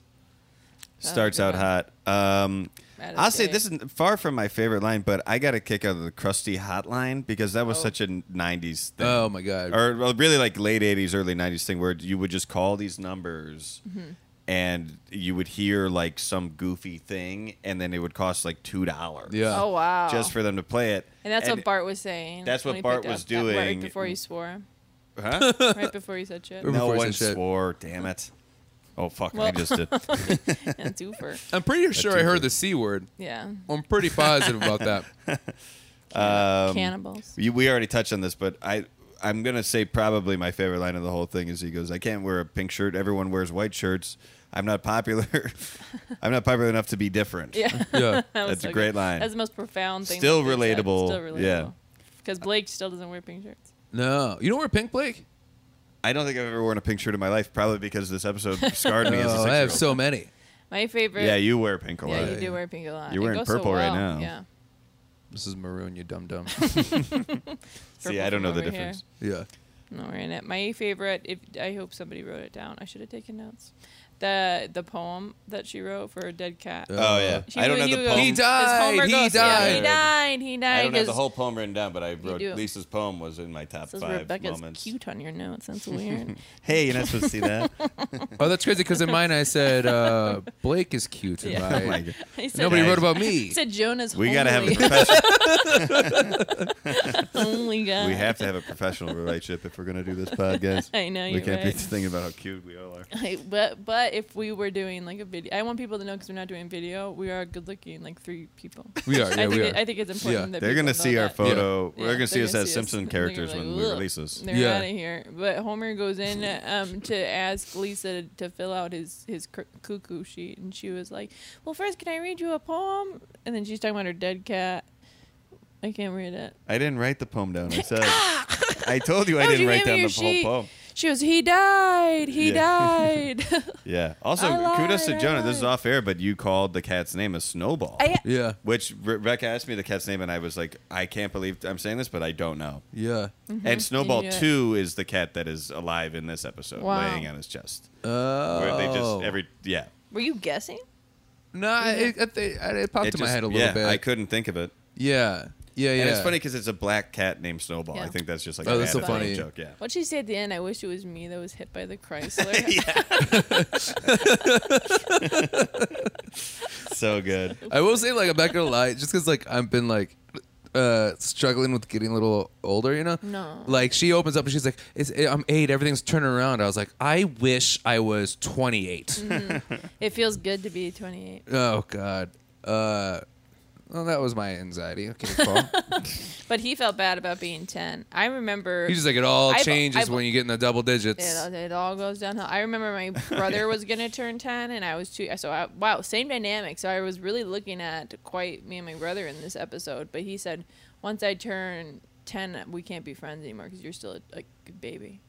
[SPEAKER 1] starts
[SPEAKER 3] good
[SPEAKER 1] out hot. Um,
[SPEAKER 3] Right out
[SPEAKER 1] I'll
[SPEAKER 3] of the
[SPEAKER 1] say
[SPEAKER 3] gate.
[SPEAKER 1] this is far from my favorite line, but I got a kick out of the crusty hotline because that was
[SPEAKER 3] Oh.
[SPEAKER 1] such a '90s thing.
[SPEAKER 2] Oh my god.
[SPEAKER 1] Or well, really like late '80s, early '90s thing where you would just call these numbers.
[SPEAKER 3] Mm-hmm.
[SPEAKER 1] And you would hear like some goofy thing, and then it would cost like two dollars.
[SPEAKER 2] Yeah.
[SPEAKER 3] Oh wow.
[SPEAKER 1] just for them to play it.
[SPEAKER 3] And that's what Bart was saying.
[SPEAKER 1] That's what
[SPEAKER 3] when he
[SPEAKER 1] Bart
[SPEAKER 3] picked it
[SPEAKER 1] was
[SPEAKER 3] up, that-
[SPEAKER 1] doing.
[SPEAKER 3] right before you swore.
[SPEAKER 1] Huh?
[SPEAKER 3] Right before you said shit.
[SPEAKER 2] Or
[SPEAKER 1] no
[SPEAKER 2] before he
[SPEAKER 1] one
[SPEAKER 2] said shit.
[SPEAKER 1] swore. Damn it! Oh fuck! I
[SPEAKER 3] Well-
[SPEAKER 1] just did.
[SPEAKER 3] and twofer.
[SPEAKER 2] I'm pretty sure I
[SPEAKER 1] too
[SPEAKER 2] heard
[SPEAKER 1] good.
[SPEAKER 2] the c word.
[SPEAKER 3] Yeah.
[SPEAKER 2] I'm pretty positive about that.
[SPEAKER 1] Um,
[SPEAKER 3] Cannibals.
[SPEAKER 1] You, we already touched on this, but I I'm gonna say probably my favorite line of the whole thing is he goes, "I can't wear a pink shirt. Everyone wears white shirts. I'm not popular. I'm not popular enough to be different."
[SPEAKER 3] Yeah.
[SPEAKER 2] Yeah.
[SPEAKER 3] That was
[SPEAKER 1] That's a
[SPEAKER 3] good.
[SPEAKER 1] great line.
[SPEAKER 3] That's the most profound thing.
[SPEAKER 1] Still
[SPEAKER 3] that they said.
[SPEAKER 1] relatable.
[SPEAKER 3] Still
[SPEAKER 1] Yeah.
[SPEAKER 3] relatable. Because Blake still doesn't wear pink shirts.
[SPEAKER 2] No, you don't wear pink, Blake.
[SPEAKER 1] I don't think I've ever worn a pink shirt in my life, probably because this episode scarred me as a
[SPEAKER 2] Oh,
[SPEAKER 1] six
[SPEAKER 2] I
[SPEAKER 1] year
[SPEAKER 2] have
[SPEAKER 1] old.
[SPEAKER 2] so many.
[SPEAKER 3] My favorite.
[SPEAKER 1] yeah, you wear pink a lot.
[SPEAKER 3] Yeah, you
[SPEAKER 2] lot.
[SPEAKER 3] do wear pink a lot.
[SPEAKER 1] You're
[SPEAKER 3] It
[SPEAKER 1] wearing
[SPEAKER 3] goes so
[SPEAKER 1] purple right
[SPEAKER 3] well.
[SPEAKER 1] now.
[SPEAKER 3] Yeah.
[SPEAKER 2] This is maroon, you dum dum.
[SPEAKER 1] See,
[SPEAKER 3] Purple
[SPEAKER 1] I don't
[SPEAKER 3] from
[SPEAKER 1] know the
[SPEAKER 3] over
[SPEAKER 1] difference.
[SPEAKER 2] yeah.
[SPEAKER 3] No, we're in it. My favorite. If I hope somebody wrote it down. I should have taken notes. The the poem that she wrote for a dead cat.
[SPEAKER 1] Oh yeah,
[SPEAKER 3] She-
[SPEAKER 1] I don't know
[SPEAKER 3] you
[SPEAKER 1] the
[SPEAKER 3] go-
[SPEAKER 1] poem.
[SPEAKER 2] Uh, He died,
[SPEAKER 3] Homer
[SPEAKER 2] he
[SPEAKER 3] goes, Yeah, he
[SPEAKER 1] died.
[SPEAKER 3] died. He died.
[SPEAKER 1] I don't have the
[SPEAKER 3] goes,
[SPEAKER 1] whole poem written down, but I wrote
[SPEAKER 3] do.
[SPEAKER 1] Lisa's poem was in my top
[SPEAKER 3] Says
[SPEAKER 1] five
[SPEAKER 3] Rebecca's
[SPEAKER 1] moments.
[SPEAKER 3] cute on your notes. That's weird.
[SPEAKER 1] Hey, you're not supposed to see that.
[SPEAKER 2] Oh, that's crazy because in mine I said uh, Blake is cute. in
[SPEAKER 3] Yeah.
[SPEAKER 2] my-
[SPEAKER 1] Oh my God.
[SPEAKER 3] He said-
[SPEAKER 2] Nobody
[SPEAKER 1] Guys.
[SPEAKER 2] wrote about me.
[SPEAKER 3] he said Jonah's.
[SPEAKER 1] We gotta have a
[SPEAKER 3] homely,
[SPEAKER 1] professional.
[SPEAKER 3] only guy.
[SPEAKER 1] we have to have a professional relationship if we're gonna do this podcast.
[SPEAKER 3] I know
[SPEAKER 1] we
[SPEAKER 3] you're
[SPEAKER 1] can't be
[SPEAKER 3] right.
[SPEAKER 1] thinking about how cute we all are.
[SPEAKER 3] I- but but if we were doing like a video, I want people to know because we're not doing video. We are good looking, like three people.
[SPEAKER 2] We are.
[SPEAKER 3] I
[SPEAKER 2] Yeah,
[SPEAKER 3] think
[SPEAKER 2] we
[SPEAKER 3] it- I
[SPEAKER 2] are.
[SPEAKER 3] think it's important
[SPEAKER 2] Yeah.
[SPEAKER 3] that
[SPEAKER 1] They're
[SPEAKER 3] people
[SPEAKER 1] gonna
[SPEAKER 3] know
[SPEAKER 1] see our
[SPEAKER 3] that.
[SPEAKER 1] photo.
[SPEAKER 3] Yeah,
[SPEAKER 1] We're gonna
[SPEAKER 3] they're
[SPEAKER 1] see us
[SPEAKER 3] gonna
[SPEAKER 1] as
[SPEAKER 3] see
[SPEAKER 1] Simpson
[SPEAKER 3] and they're gonna be
[SPEAKER 1] characters
[SPEAKER 3] like,
[SPEAKER 1] when we
[SPEAKER 3] "Look,
[SPEAKER 1] release this.
[SPEAKER 3] They're
[SPEAKER 2] Yeah.
[SPEAKER 3] out of here. But Homer goes in um, to ask Lisa to fill out his his cr- cuckoo sheet, and she was like, "Well, first, can I read you a poem?" And then she's talking about her dead cat. I can't read it.
[SPEAKER 1] I didn't write the poem down. I said. I told you I
[SPEAKER 3] Oh,
[SPEAKER 1] didn't
[SPEAKER 3] you
[SPEAKER 1] write
[SPEAKER 3] gave me
[SPEAKER 1] down the
[SPEAKER 3] your
[SPEAKER 1] whole
[SPEAKER 3] sheet.
[SPEAKER 1] poem.
[SPEAKER 3] She goes, "He died. He
[SPEAKER 1] Yeah.
[SPEAKER 3] died."
[SPEAKER 1] Yeah. Also,
[SPEAKER 3] I
[SPEAKER 1] kudos to
[SPEAKER 3] lied, I
[SPEAKER 1] Jonah. This is
[SPEAKER 3] lied.
[SPEAKER 1] off air, but you called the cat's name a snowball.
[SPEAKER 3] I, uh,
[SPEAKER 2] Yeah,
[SPEAKER 1] which Rebecca asked me the cat's name, and I was like, I can't believe I'm saying this, but I don't know.
[SPEAKER 2] yeah.
[SPEAKER 3] Mm-hmm.
[SPEAKER 1] And Snowball
[SPEAKER 3] do it.
[SPEAKER 1] Two is the cat that is alive in this episode,
[SPEAKER 3] Wow.
[SPEAKER 1] laying on his chest.
[SPEAKER 2] Oh.
[SPEAKER 1] Where they just every yeah,
[SPEAKER 3] were you guessing?
[SPEAKER 2] No, it, it, it popped
[SPEAKER 1] It
[SPEAKER 2] in my
[SPEAKER 1] just-
[SPEAKER 2] head a little
[SPEAKER 1] yeah,
[SPEAKER 2] bit.
[SPEAKER 1] I couldn't think of it.
[SPEAKER 2] Yeah, yeah, yeah.
[SPEAKER 1] And it's funny because it's a black cat named Snowball.
[SPEAKER 3] Yeah.
[SPEAKER 1] I think that's just like
[SPEAKER 2] Oh,
[SPEAKER 1] an
[SPEAKER 2] that's so
[SPEAKER 1] Adam Sandler
[SPEAKER 2] funny.
[SPEAKER 1] joke. Yeah.
[SPEAKER 3] What'd she say at the end? I wish it was me that was hit by the Chrysler.
[SPEAKER 1] So good.
[SPEAKER 2] I will say, like, I'm not gonna lie, just because, like, I've been like uh struggling with getting a little older, you know.
[SPEAKER 3] No.
[SPEAKER 2] Like, she opens up and she's like, "It's I'm eight. Everything's turning around." I was like, "I wish I was 28."
[SPEAKER 3] Mm-hmm. It feels good to be 28.
[SPEAKER 2] Oh God. Uh, well, that was my anxiety. Okay, Paul.
[SPEAKER 3] But he felt bad about being 10. I remember.
[SPEAKER 2] He's just like it all
[SPEAKER 3] I've-
[SPEAKER 2] changes
[SPEAKER 3] I've-
[SPEAKER 2] when you get in the double digits.
[SPEAKER 3] it, it all goes downhill. I remember my brother was gonna turn ten, and I was too. So I, wow, same dynamic. So I was really looking at quite me and my brother in this episode. But he said, once I turn ten, we can't be friends anymore because you're still a, a baby.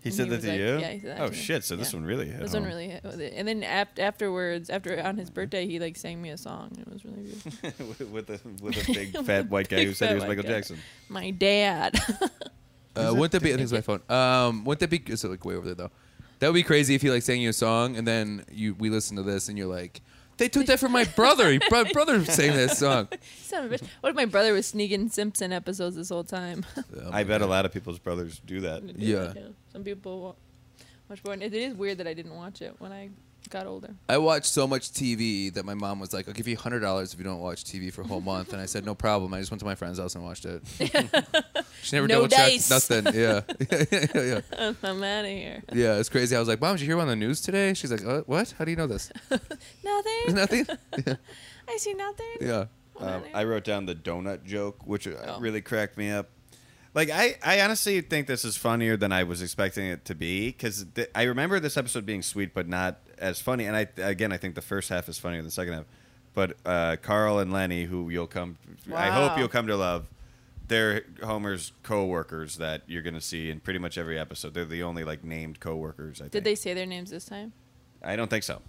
[SPEAKER 1] He
[SPEAKER 3] And
[SPEAKER 1] said
[SPEAKER 3] he
[SPEAKER 1] that
[SPEAKER 3] was
[SPEAKER 1] to
[SPEAKER 3] like-
[SPEAKER 1] you.
[SPEAKER 3] yeah, he said that
[SPEAKER 1] oh
[SPEAKER 3] to me.
[SPEAKER 1] shit! So this
[SPEAKER 3] Yeah.
[SPEAKER 1] one really hit.
[SPEAKER 3] This one
[SPEAKER 1] home.
[SPEAKER 3] really hit. with it. And then ap- afterwards, after on his birthday, he like sang me a song. It was really beautiful.
[SPEAKER 1] with a with a big fat white guy who
[SPEAKER 3] Big
[SPEAKER 1] said
[SPEAKER 3] fat
[SPEAKER 1] he was
[SPEAKER 3] white
[SPEAKER 1] Michael
[SPEAKER 3] guy.
[SPEAKER 1] Jackson.
[SPEAKER 3] my dad.
[SPEAKER 2] Uh, wouldn't that be? I think it's my phone. Um, wouldn't that be? Is it like way over there though? That would be crazy if he like sang you a song and then you we listen to this and you're like, they took that from my brother. Your bro- brother sang that song.
[SPEAKER 3] Son of a bitch. What if my brother was sneaking Simpson episodes this whole time?
[SPEAKER 2] Oh,
[SPEAKER 1] I
[SPEAKER 2] my
[SPEAKER 1] bet a
[SPEAKER 2] God.
[SPEAKER 1] lot of people's brothers do that.
[SPEAKER 2] Yeah.
[SPEAKER 3] Some people wa- watch porn. It is weird that I didn't watch it when I got older.
[SPEAKER 2] I watched so much TV that my mom was like, "I'll give you hundred dollars if you don't watch TV for a whole month." And I said, "No problem." I just went to my friend's house and watched it. she never
[SPEAKER 3] No
[SPEAKER 2] double checked
[SPEAKER 3] dice.
[SPEAKER 2] nothing. Yeah. yeah, yeah, yeah.
[SPEAKER 3] I'm out of here.
[SPEAKER 2] Yeah, it's crazy. I was like, "Mom, did you hear on the news today?" She's like, uh, "What? How do you know this?
[SPEAKER 3] Nothing.
[SPEAKER 2] Nothing." Yeah.
[SPEAKER 3] I see nothing.
[SPEAKER 2] yeah.
[SPEAKER 3] I'm
[SPEAKER 1] Um,
[SPEAKER 3] outta here.
[SPEAKER 1] I wrote down the donut joke, which uh
[SPEAKER 3] Oh.
[SPEAKER 1] really cracked me up. Like I, I honestly think this is funnier than I was expecting it to be because th- I remember this episode being sweet but not as funny. And I again, I think the first half is funnier than the second half. But uh, Carl and Lenny, who you'll come, I
[SPEAKER 3] Wow.
[SPEAKER 1] hope you'll come to love. They're Homer's coworkers that you're going to see in pretty much every episode. They're the only like named coworkers. I
[SPEAKER 3] Did
[SPEAKER 1] think.
[SPEAKER 3] they Hmm. say their names this time?
[SPEAKER 1] I don't think so.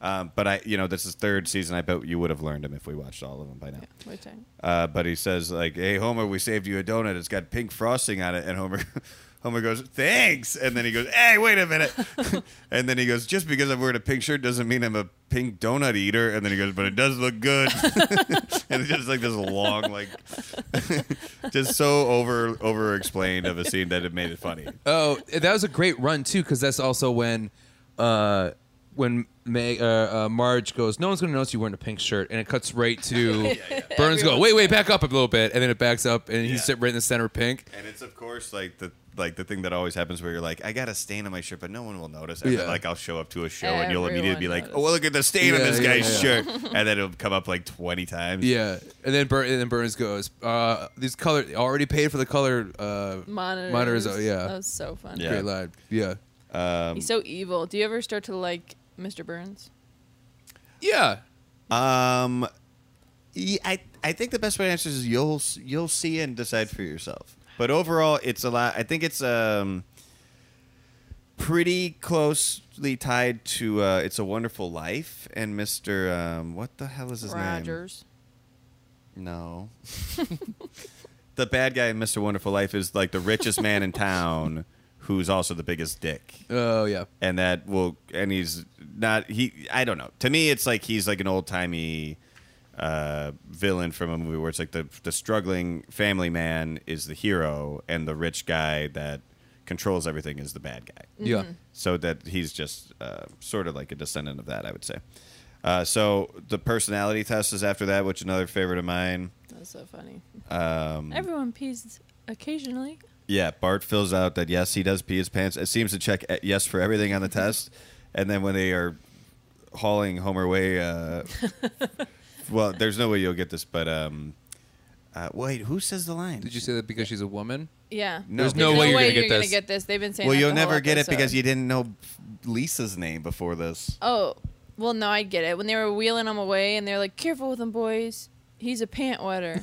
[SPEAKER 1] Um, but I, you know, this is third season. I bet you would have learned them if we watched all of them by now.
[SPEAKER 3] Yeah. What time?
[SPEAKER 1] Uh, but he says like, "Hey Homer, we saved you a donut. It's got pink frosting on it." And Homer, Homer goes, "Thanks." And then he goes, "Hey, wait a minute." and then he goes, "Just because I'm wearing a pink shirt doesn't mean I'm a pink donut eater." And then he goes, "But it does look good." and it's just like this long, like, just so over over explained of a scene that it made it funny.
[SPEAKER 2] Oh, that was a great run too, because that's also when, uh, when May, uh, uh, Marge goes, "No one's gonna notice you wearing a pink shirt," and it cuts right to Burns. Go,
[SPEAKER 3] Everyone-
[SPEAKER 2] wait, wait, back up a little bit, and then it backs up, and
[SPEAKER 1] Yeah.
[SPEAKER 2] he's sitting right in the center, pink.
[SPEAKER 1] And it's of course like the like the thing that always happens where you're like, I got a stain on my shirt, but no one will notice. And then,
[SPEAKER 2] Yeah.
[SPEAKER 1] like I'll show up to a show and you'll
[SPEAKER 3] Everyone
[SPEAKER 1] immediately be like,
[SPEAKER 3] noticed.
[SPEAKER 1] Oh well, look at the stain on
[SPEAKER 2] Yeah,
[SPEAKER 1] this
[SPEAKER 2] yeah,
[SPEAKER 1] guy's
[SPEAKER 2] yeah.
[SPEAKER 1] shirt, and then it'll come up like twenty times.
[SPEAKER 2] Yeah, and then Bur- and then Burns goes, uh, "These color already paid for the color uh,
[SPEAKER 3] Monitors.
[SPEAKER 2] Oh,
[SPEAKER 3] That
[SPEAKER 2] yeah,
[SPEAKER 3] was so fun.
[SPEAKER 1] Yeah.
[SPEAKER 2] great line. Yeah,
[SPEAKER 3] He's so evil. Do you ever start to like Mr. Burns?
[SPEAKER 2] yeah.
[SPEAKER 1] Um, yeah, I I think the best way to answer this is you'll you'll see and decide for yourself. But overall, it's a lot. I think it's um pretty closely tied to uh, "It's a Wonderful Life" and Mister um, what the hell is his name?
[SPEAKER 3] Rogers.
[SPEAKER 1] No. the bad guy in Mr. Wonderful Life is like the richest man in town, who's also the biggest dick,
[SPEAKER 2] Oh yeah.
[SPEAKER 1] and that will and he's not he. I don't know. To me, it's like he's like an old timey uh, villain from a movie where it's like the the struggling family man is the hero, and the rich guy that controls everything is the bad guy
[SPEAKER 2] Yeah.
[SPEAKER 1] so that he's just uh, sort of like a descendant of that, I would say. Uh, so the personality test is after that, which another favorite of mine.
[SPEAKER 3] That's so funny.
[SPEAKER 1] Um,
[SPEAKER 3] Everyone pees occasionally.
[SPEAKER 1] yeah, Bart fills out that yes, he does pee his pants. It seems to check at yes for everything on the
[SPEAKER 3] Mm-hmm.
[SPEAKER 1] test, and then when they are hauling Homer away, uh, well, there's no way you'll get this, but um, uh, wait, who says the line?
[SPEAKER 2] Did you say that because she's a woman?
[SPEAKER 3] Yeah.
[SPEAKER 1] No. There's
[SPEAKER 2] no way you're gonna get this.
[SPEAKER 3] They've been saying.
[SPEAKER 1] well,
[SPEAKER 3] that
[SPEAKER 1] you'll
[SPEAKER 3] the whole
[SPEAKER 1] never get it
[SPEAKER 3] episode.
[SPEAKER 1] because you didn't know Lisa's name before this.
[SPEAKER 3] Oh, well, no, I get it. When they were wheeling him away, and they're like, "Careful with him, boys. He's a pant wetter."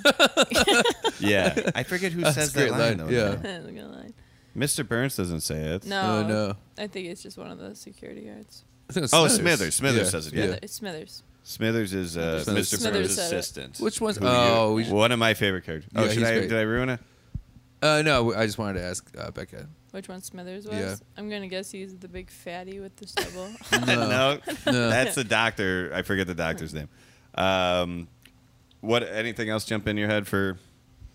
[SPEAKER 1] Yeah, I forget who
[SPEAKER 2] That's
[SPEAKER 1] says
[SPEAKER 2] a
[SPEAKER 1] that
[SPEAKER 2] great
[SPEAKER 1] line.
[SPEAKER 2] line,
[SPEAKER 1] though,
[SPEAKER 2] yeah.
[SPEAKER 1] now.
[SPEAKER 3] I'm not gonna lie.
[SPEAKER 1] Mr. Burns doesn't say it.
[SPEAKER 3] No,
[SPEAKER 2] Oh, no.
[SPEAKER 3] I think it's just one of the security guards.
[SPEAKER 2] I think it's
[SPEAKER 1] Oh, Smithers. Smithers says it, yeah.
[SPEAKER 3] Smith- It's Smithers.
[SPEAKER 1] Smithers is uh,
[SPEAKER 2] Smithers.
[SPEAKER 1] Mr.
[SPEAKER 3] Smithers
[SPEAKER 1] Burns'
[SPEAKER 3] said it.
[SPEAKER 1] assistant.
[SPEAKER 2] Which one's-
[SPEAKER 1] Who you-
[SPEAKER 2] oh, we-
[SPEAKER 1] one of my favorite characters.
[SPEAKER 2] Yeah,
[SPEAKER 1] Oh, should
[SPEAKER 2] he's
[SPEAKER 1] I,
[SPEAKER 2] great.
[SPEAKER 1] did I ruin it?
[SPEAKER 2] Uh, no, I just wanted to ask uh, Becca.
[SPEAKER 3] Which one Smithers was?
[SPEAKER 2] Yeah.
[SPEAKER 3] I'm gonna guess he's the big fatty with the stubble.
[SPEAKER 1] no,
[SPEAKER 2] No.
[SPEAKER 1] that's the doctor. I forget the doctor's name. Um, what? Anything else jump in your head for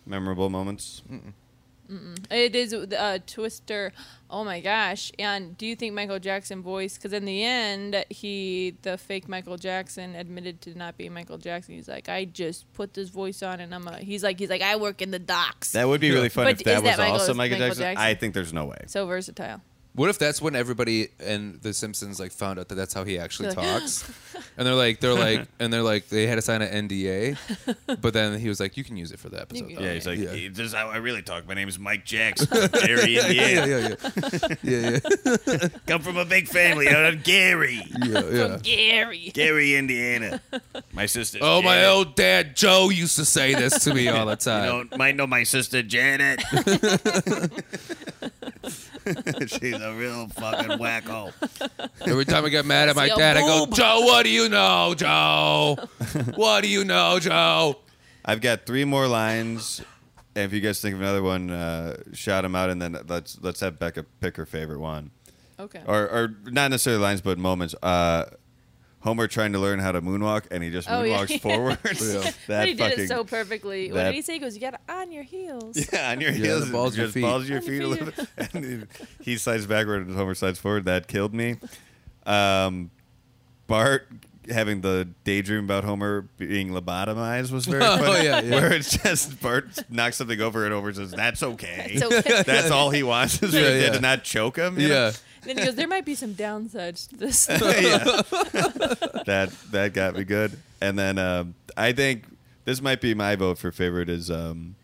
[SPEAKER 1] memorable moments?
[SPEAKER 3] it is uh, Twister. Oh my gosh! And do you think Michael Jackson voice? Because in the end, he the fake Michael Jackson admitted to not being Michael Jackson. He's like, I just put this voice on, and I'm a. He's like, he's like, I work in the docks.
[SPEAKER 1] That would be really fun
[SPEAKER 3] But
[SPEAKER 1] if that was
[SPEAKER 3] is that Michael-
[SPEAKER 1] also Michael,
[SPEAKER 3] Michael
[SPEAKER 1] Jackson.
[SPEAKER 3] Jackson?
[SPEAKER 1] I think there's no way.
[SPEAKER 3] so versatile.
[SPEAKER 2] What if that's when everybody and The Simpsons like found out that that's how he actually
[SPEAKER 3] They're like,
[SPEAKER 2] talks? and they're like, they're like, and they're like, they had to sign an NDA, but then he was like, you can use it for the episode.
[SPEAKER 3] can
[SPEAKER 2] though."
[SPEAKER 1] Yeah, he's like,
[SPEAKER 2] Yeah.
[SPEAKER 1] "Hey, this is how I really talk. My name is Mike Jackson, Gary,
[SPEAKER 2] yeah,
[SPEAKER 1] Indiana.
[SPEAKER 2] yeah, yeah, yeah, yeah,
[SPEAKER 1] Come from a big family out of Gary,
[SPEAKER 2] yeah,
[SPEAKER 1] Uh,
[SPEAKER 2] yeah.
[SPEAKER 3] Gary.
[SPEAKER 1] Gary, Indiana. My sister.
[SPEAKER 2] Oh, my
[SPEAKER 1] Janet.
[SPEAKER 2] old dad Joe used to say this to me all the time.
[SPEAKER 1] know, might know my sister Janet. She's a real fucking wacko.
[SPEAKER 2] Every time I get mad at my
[SPEAKER 3] your
[SPEAKER 2] dad, I go,
[SPEAKER 3] boob.
[SPEAKER 2] Joe, what do you know, Joe? what do you know, Joe?
[SPEAKER 1] I've got three more lines. And if you guys think of another one, uh, shout them out, and then let's let's have Becca pick her favorite one,
[SPEAKER 3] Okay.
[SPEAKER 1] or, or not necessarily lines, but moments. Uh, Homer trying to learn how to moonwalk, and he just
[SPEAKER 3] Oh, yeah.
[SPEAKER 1] moonwalks forward.
[SPEAKER 2] Yeah.
[SPEAKER 3] but
[SPEAKER 1] That
[SPEAKER 3] he did
[SPEAKER 1] fucking
[SPEAKER 3] it so perfectly. what
[SPEAKER 1] that-
[SPEAKER 3] did he say? He goes, "You got it on your heels."
[SPEAKER 1] yeah, on your
[SPEAKER 2] Yeah,
[SPEAKER 1] heels,
[SPEAKER 2] the balls of your
[SPEAKER 1] just
[SPEAKER 2] feet.
[SPEAKER 1] balls of your
[SPEAKER 3] On your
[SPEAKER 1] feet a
[SPEAKER 3] feet.
[SPEAKER 1] little bit. And he, he slides backward, and Homer slides forward. That killed me. Um, Bart having the daydream about Homer being lobotomized was very
[SPEAKER 2] Oh,
[SPEAKER 1] funny.
[SPEAKER 2] yeah, yeah.
[SPEAKER 1] Where it's just Bart knocks something over and over and says, "That's okay."
[SPEAKER 3] That's okay.
[SPEAKER 1] That's all he wants is for
[SPEAKER 2] Yeah,
[SPEAKER 1] the kid
[SPEAKER 2] yeah.
[SPEAKER 1] to not choke him. you know?
[SPEAKER 2] Yeah.
[SPEAKER 3] then he goes, "There might be some downsides to this."
[SPEAKER 1] yeah. that that got me good. And then um, I think this might be my vote for favorite is um,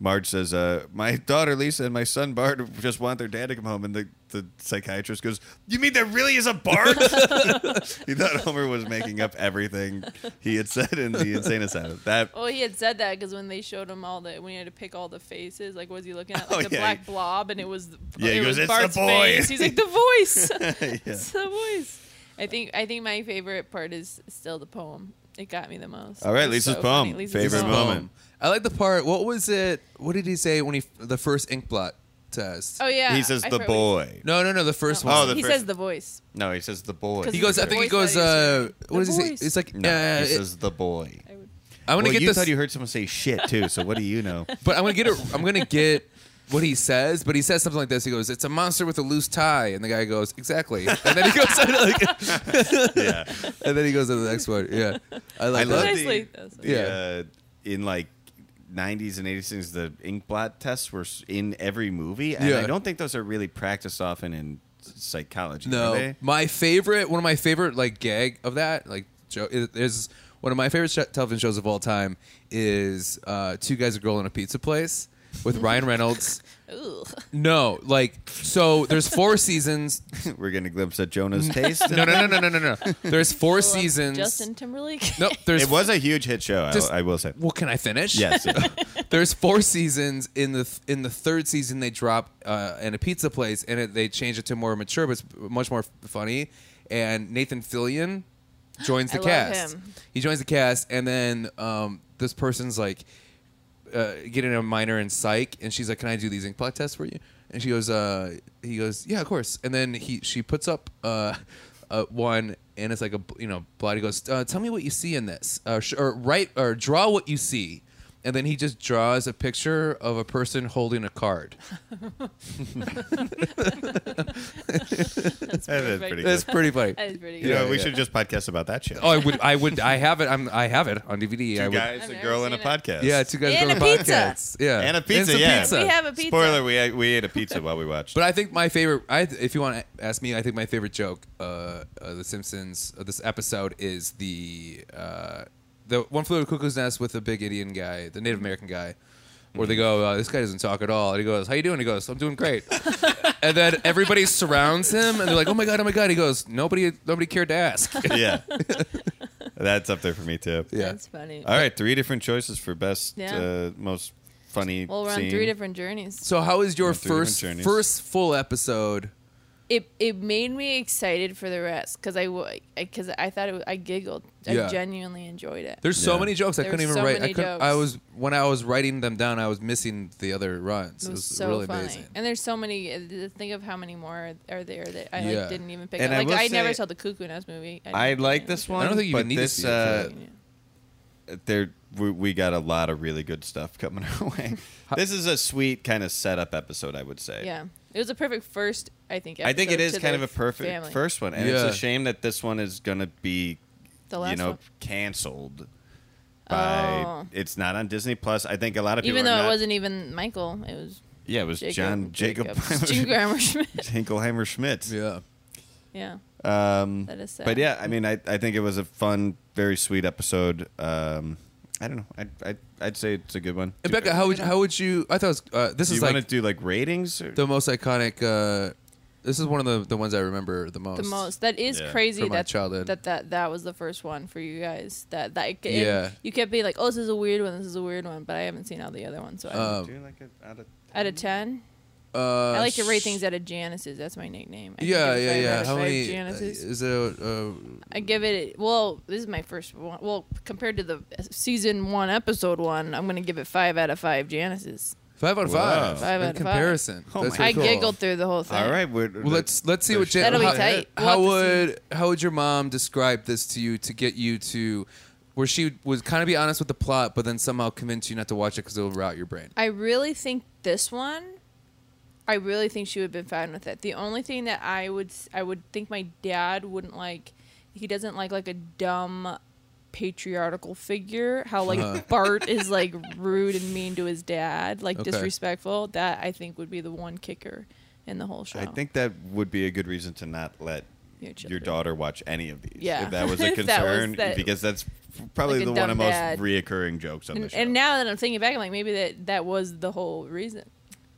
[SPEAKER 1] Marge says, uh, "My daughter Lisa and my son Bart just want their dad to come home." And the, the psychiatrist goes, "You mean there really is a Bart?" he thought Homer was making up everything he had said in the insane asylum. That
[SPEAKER 2] Oh,
[SPEAKER 3] Well, he had said that because when they showed him all the when he had to pick all the faces, like was he looking at
[SPEAKER 1] Oh,
[SPEAKER 3] like the
[SPEAKER 1] yeah.
[SPEAKER 3] black blob, and it was the-
[SPEAKER 1] Yeah, he
[SPEAKER 3] it
[SPEAKER 1] goes,
[SPEAKER 3] was
[SPEAKER 1] "It's the
[SPEAKER 3] Bart's
[SPEAKER 1] boy."
[SPEAKER 3] face. He's like the voice,
[SPEAKER 1] yeah.
[SPEAKER 3] it's the voice. I think I think my favorite part is still the poem. It got me the most.
[SPEAKER 1] All right,
[SPEAKER 3] It's
[SPEAKER 1] Lisa's
[SPEAKER 3] so
[SPEAKER 1] poem.
[SPEAKER 3] funny. Lisa's
[SPEAKER 1] Favorite
[SPEAKER 3] poem.
[SPEAKER 1] moment.
[SPEAKER 2] I like the part. What was it? What did he say when he the first ink blot test?
[SPEAKER 3] Oh yeah,
[SPEAKER 1] he says
[SPEAKER 3] I
[SPEAKER 1] the
[SPEAKER 3] forgot what
[SPEAKER 1] boy.
[SPEAKER 2] No, no, no. The first
[SPEAKER 3] he-
[SPEAKER 2] one.
[SPEAKER 1] Oh, the
[SPEAKER 3] he
[SPEAKER 1] first-
[SPEAKER 3] says the voice.
[SPEAKER 1] No, he says the boy.
[SPEAKER 2] he goes. I think he goes.
[SPEAKER 3] voice that
[SPEAKER 2] Uh,
[SPEAKER 3] he
[SPEAKER 2] what
[SPEAKER 3] used.
[SPEAKER 2] does
[SPEAKER 3] The
[SPEAKER 2] he
[SPEAKER 3] voice.
[SPEAKER 2] say? It's like.
[SPEAKER 1] No,
[SPEAKER 2] uh,
[SPEAKER 1] he
[SPEAKER 2] it-
[SPEAKER 1] says the boy.
[SPEAKER 3] I would,
[SPEAKER 2] I'm gonna
[SPEAKER 1] well,
[SPEAKER 2] get
[SPEAKER 1] you
[SPEAKER 2] this.
[SPEAKER 1] thought you heard someone say shit too. So what do you know?
[SPEAKER 2] But I'm gonna get it. I'm gonna get what he says. But he says something like this. He goes, "It's a monster with a loose tie," and the guy goes, "Exactly." And then he goes, on, like,
[SPEAKER 1] yeah.
[SPEAKER 2] and then he goes to the next one. Yeah, I like.
[SPEAKER 1] I love
[SPEAKER 2] that.
[SPEAKER 3] Precisely.
[SPEAKER 1] the,
[SPEAKER 3] That's
[SPEAKER 1] the, uh,
[SPEAKER 2] Yeah.
[SPEAKER 1] in like 90s and 80s things the ink blot tests were s- in every movie and
[SPEAKER 2] Yeah.
[SPEAKER 1] I don't think those are really practiced often in psychology. are
[SPEAKER 2] No,
[SPEAKER 1] they?
[SPEAKER 2] my favorite, one of my favorite like gag of that, like joke is, is one of my favorite sh- television shows of all time is uh, two guys, a girl in a pizza place with Ryan Reynolds.
[SPEAKER 3] ooh.
[SPEAKER 2] No, like so. There's four seasons.
[SPEAKER 1] we're getting a glimpse at Jonah's taste.
[SPEAKER 2] No, no, no, no, no, no, no. There's four
[SPEAKER 3] Well,
[SPEAKER 2] seasons.
[SPEAKER 3] Justin Timberlake.
[SPEAKER 2] Nope. There's.
[SPEAKER 1] It was a huge hit show.
[SPEAKER 2] Just-
[SPEAKER 1] I, I will say.
[SPEAKER 2] Well, can I finish?
[SPEAKER 1] Yes. yeah.
[SPEAKER 2] There's four seasons. In the th- in the third season, they drop uh, in a pizza place, and it, they change it to more mature, but it's much more f- funny. And Nathan Fillion joins the
[SPEAKER 3] I love
[SPEAKER 2] cast.
[SPEAKER 3] him.
[SPEAKER 2] He joins the cast, and then um, this person's like, uh, getting a minor in psych, and she's like, "Can I do these ink blot tests for you?" And she goes, uh, "He goes, yeah, of course." And then he she puts up uh, uh, one, and it's like a you know blot. He goes, uh, "Tell me what you see in this, uh, sh- or write or draw what you see." And then he just draws a picture of a person holding a card.
[SPEAKER 1] That is
[SPEAKER 3] perfect.
[SPEAKER 1] pretty
[SPEAKER 2] That's
[SPEAKER 1] good.
[SPEAKER 2] pretty funny.
[SPEAKER 3] That is pretty
[SPEAKER 1] You
[SPEAKER 3] good.
[SPEAKER 2] Yeah,
[SPEAKER 1] know, we
[SPEAKER 2] yeah.
[SPEAKER 1] should just podcast about that shit.
[SPEAKER 2] Oh, I would, I would, I have it. I'm, I have it on DVD. I
[SPEAKER 1] Two
[SPEAKER 2] would,
[SPEAKER 1] guys,
[SPEAKER 3] I've
[SPEAKER 1] a
[SPEAKER 3] never
[SPEAKER 1] girl, and a
[SPEAKER 3] seen it.
[SPEAKER 1] podcast.
[SPEAKER 2] Yeah, two guys
[SPEAKER 3] And
[SPEAKER 2] go to
[SPEAKER 3] a pizza.
[SPEAKER 2] podcasts. Yeah,
[SPEAKER 1] and a pizza.
[SPEAKER 2] some
[SPEAKER 1] yeah,
[SPEAKER 2] pizza.
[SPEAKER 3] We have a pizza.
[SPEAKER 1] Spoiler: We we ate a pizza while we watched.
[SPEAKER 2] But I think my favorite, I, if you want to ask me, I think my favorite joke, uh, uh, The Simpsons, uh, this episode is the uh, the one flew to the cuckoo's nest with the big Indian guy, the Native American guy, where
[SPEAKER 3] Mm-hmm.
[SPEAKER 2] they go, uh, this guy doesn't talk at all, and he goes, how you doing? He goes, I'm doing great, and then everybody surrounds him, and they're like, oh my god, oh my god. He goes, nobody, nobody cared to ask.
[SPEAKER 1] yeah, that's up there for me too.
[SPEAKER 2] Yeah.
[SPEAKER 3] That's funny.
[SPEAKER 1] All right, three different choices for best,
[SPEAKER 3] Yeah.
[SPEAKER 1] uh, most funny.
[SPEAKER 3] Well, we're on
[SPEAKER 1] scene.
[SPEAKER 3] three different journeys.
[SPEAKER 2] So how is your
[SPEAKER 1] On three different
[SPEAKER 2] first
[SPEAKER 1] journeys.
[SPEAKER 2] first full episode?
[SPEAKER 3] It it made me excited for the rest because I because I, thought it was, I giggled. I
[SPEAKER 2] Yeah.
[SPEAKER 3] genuinely enjoyed it.
[SPEAKER 2] There's so
[SPEAKER 1] Yeah.
[SPEAKER 2] many jokes I
[SPEAKER 3] There
[SPEAKER 2] couldn't
[SPEAKER 3] were
[SPEAKER 2] even
[SPEAKER 3] so
[SPEAKER 2] write. I
[SPEAKER 3] many
[SPEAKER 2] couldn't. I
[SPEAKER 3] jokes.
[SPEAKER 2] was when I was writing them down, I was missing the other runs.
[SPEAKER 3] It was so
[SPEAKER 2] really
[SPEAKER 3] funny,
[SPEAKER 2] amazing.
[SPEAKER 3] and there's so many. uh, Think of how many more are there that I
[SPEAKER 2] Yeah.
[SPEAKER 3] like, didn't even pick
[SPEAKER 1] And I
[SPEAKER 3] up.
[SPEAKER 1] will
[SPEAKER 3] Like I,
[SPEAKER 1] say-
[SPEAKER 3] never saw the Cuckoo Nest movie.
[SPEAKER 1] I
[SPEAKER 3] didn't-
[SPEAKER 1] like
[SPEAKER 3] didn't
[SPEAKER 1] this
[SPEAKER 3] look
[SPEAKER 1] one.
[SPEAKER 3] at
[SPEAKER 2] I don't think you
[SPEAKER 1] but
[SPEAKER 2] even need to
[SPEAKER 1] this,
[SPEAKER 2] see it,
[SPEAKER 1] uh,
[SPEAKER 3] it. Yeah.
[SPEAKER 1] there we, we got a lot of really good stuff coming our way. this is a sweet kind of setup episode, I would say.
[SPEAKER 3] Yeah, it was a perfect first. I think.
[SPEAKER 1] I think it
[SPEAKER 3] episode
[SPEAKER 1] is
[SPEAKER 3] to
[SPEAKER 1] kind of
[SPEAKER 3] their
[SPEAKER 1] a perfect
[SPEAKER 3] family.
[SPEAKER 1] first one, and
[SPEAKER 2] Yeah.
[SPEAKER 1] it's a shame that this one is going to be,
[SPEAKER 3] The last
[SPEAKER 1] you know,
[SPEAKER 3] one.
[SPEAKER 1] canceled. By
[SPEAKER 3] Oh.
[SPEAKER 1] it's not on Disney Plus. I think a lot of people
[SPEAKER 3] Even
[SPEAKER 1] are
[SPEAKER 3] though
[SPEAKER 1] not-
[SPEAKER 3] it wasn't even Michael, it was
[SPEAKER 1] Yeah, it was
[SPEAKER 3] Jacob,
[SPEAKER 1] John Jacob
[SPEAKER 3] Jacobs. Jingleheimer Schmidt.
[SPEAKER 1] Hinkelheimer Schmidt.
[SPEAKER 2] Yeah.
[SPEAKER 3] Yeah,
[SPEAKER 1] Um,
[SPEAKER 3] That is sad.
[SPEAKER 1] But yeah, I mean, I, I think it was a fun, very sweet episode. Um, I don't know. I'd, I'd, I'd say it's a good one.
[SPEAKER 2] And Becca, how would how would you? I thought it was, uh, this
[SPEAKER 1] do
[SPEAKER 2] is
[SPEAKER 1] you
[SPEAKER 2] like
[SPEAKER 1] want to do like ratings? Or?
[SPEAKER 2] the most iconic. Uh, this is one of the, the ones I remember the most.
[SPEAKER 3] the most. That is
[SPEAKER 1] Yeah.
[SPEAKER 3] crazy.
[SPEAKER 2] From my
[SPEAKER 3] That,
[SPEAKER 2] childhood.
[SPEAKER 3] that that that was the first one for you guys. That that it-
[SPEAKER 2] Yeah.
[SPEAKER 3] You kept being like, "Oh, this is a weird one. This is a weird one," but I haven't seen all the other ones. So I
[SPEAKER 2] Um,
[SPEAKER 1] do like a, out of
[SPEAKER 3] out of ten,
[SPEAKER 2] Uh,
[SPEAKER 3] I like to rate things out of Janice's. That's my nickname. I give
[SPEAKER 2] Yeah,
[SPEAKER 3] it
[SPEAKER 2] yeah,
[SPEAKER 3] five out
[SPEAKER 2] yeah.
[SPEAKER 3] of
[SPEAKER 2] How
[SPEAKER 3] five
[SPEAKER 2] many?
[SPEAKER 3] Janices?
[SPEAKER 2] Is it? Uh,
[SPEAKER 3] I give it. Well, this is my first one. Well, compared to the season one, episode one, I'm gonna give it five out of five Janice's.
[SPEAKER 2] five out of five.
[SPEAKER 1] Wow.
[SPEAKER 3] Five
[SPEAKER 2] in
[SPEAKER 3] out of five.
[SPEAKER 2] comparison.
[SPEAKER 1] Oh
[SPEAKER 2] That's
[SPEAKER 1] my
[SPEAKER 3] I
[SPEAKER 2] pretty cool.
[SPEAKER 3] giggled through the whole thing.
[SPEAKER 1] All right, we're,
[SPEAKER 2] Well, let's let's see what Jan-
[SPEAKER 3] That'll be
[SPEAKER 2] how,
[SPEAKER 3] tight. We'll
[SPEAKER 2] how
[SPEAKER 3] have to
[SPEAKER 2] would how would your mom describe this to you to get you to where she would kind of be honest with the plot, but then somehow convince you not to watch it because it'll rot your brain.
[SPEAKER 3] I really think this one. I really think she would have been fine with it. The only thing that I would s- I would think my dad wouldn't like. He doesn't like like a dumb patriarchal figure how like
[SPEAKER 2] Uh-huh.
[SPEAKER 3] bart is like rude and mean to his dad like
[SPEAKER 2] Okay.
[SPEAKER 3] disrespectful that i think would be the one kicker in the whole show
[SPEAKER 1] I think that would be a good reason to not let
[SPEAKER 3] Your
[SPEAKER 1] your,
[SPEAKER 3] children.
[SPEAKER 1] daughter watch any of these.
[SPEAKER 3] Yeah.
[SPEAKER 1] If that was a
[SPEAKER 3] If that was
[SPEAKER 1] concern,
[SPEAKER 3] that-
[SPEAKER 1] because that's probably
[SPEAKER 3] Like a
[SPEAKER 1] the one of
[SPEAKER 3] dumb
[SPEAKER 1] most
[SPEAKER 3] dad.
[SPEAKER 1] reoccurring jokes on the
[SPEAKER 3] and,
[SPEAKER 1] show.
[SPEAKER 3] and now that i'm thinking back i'm like maybe that that was the whole reason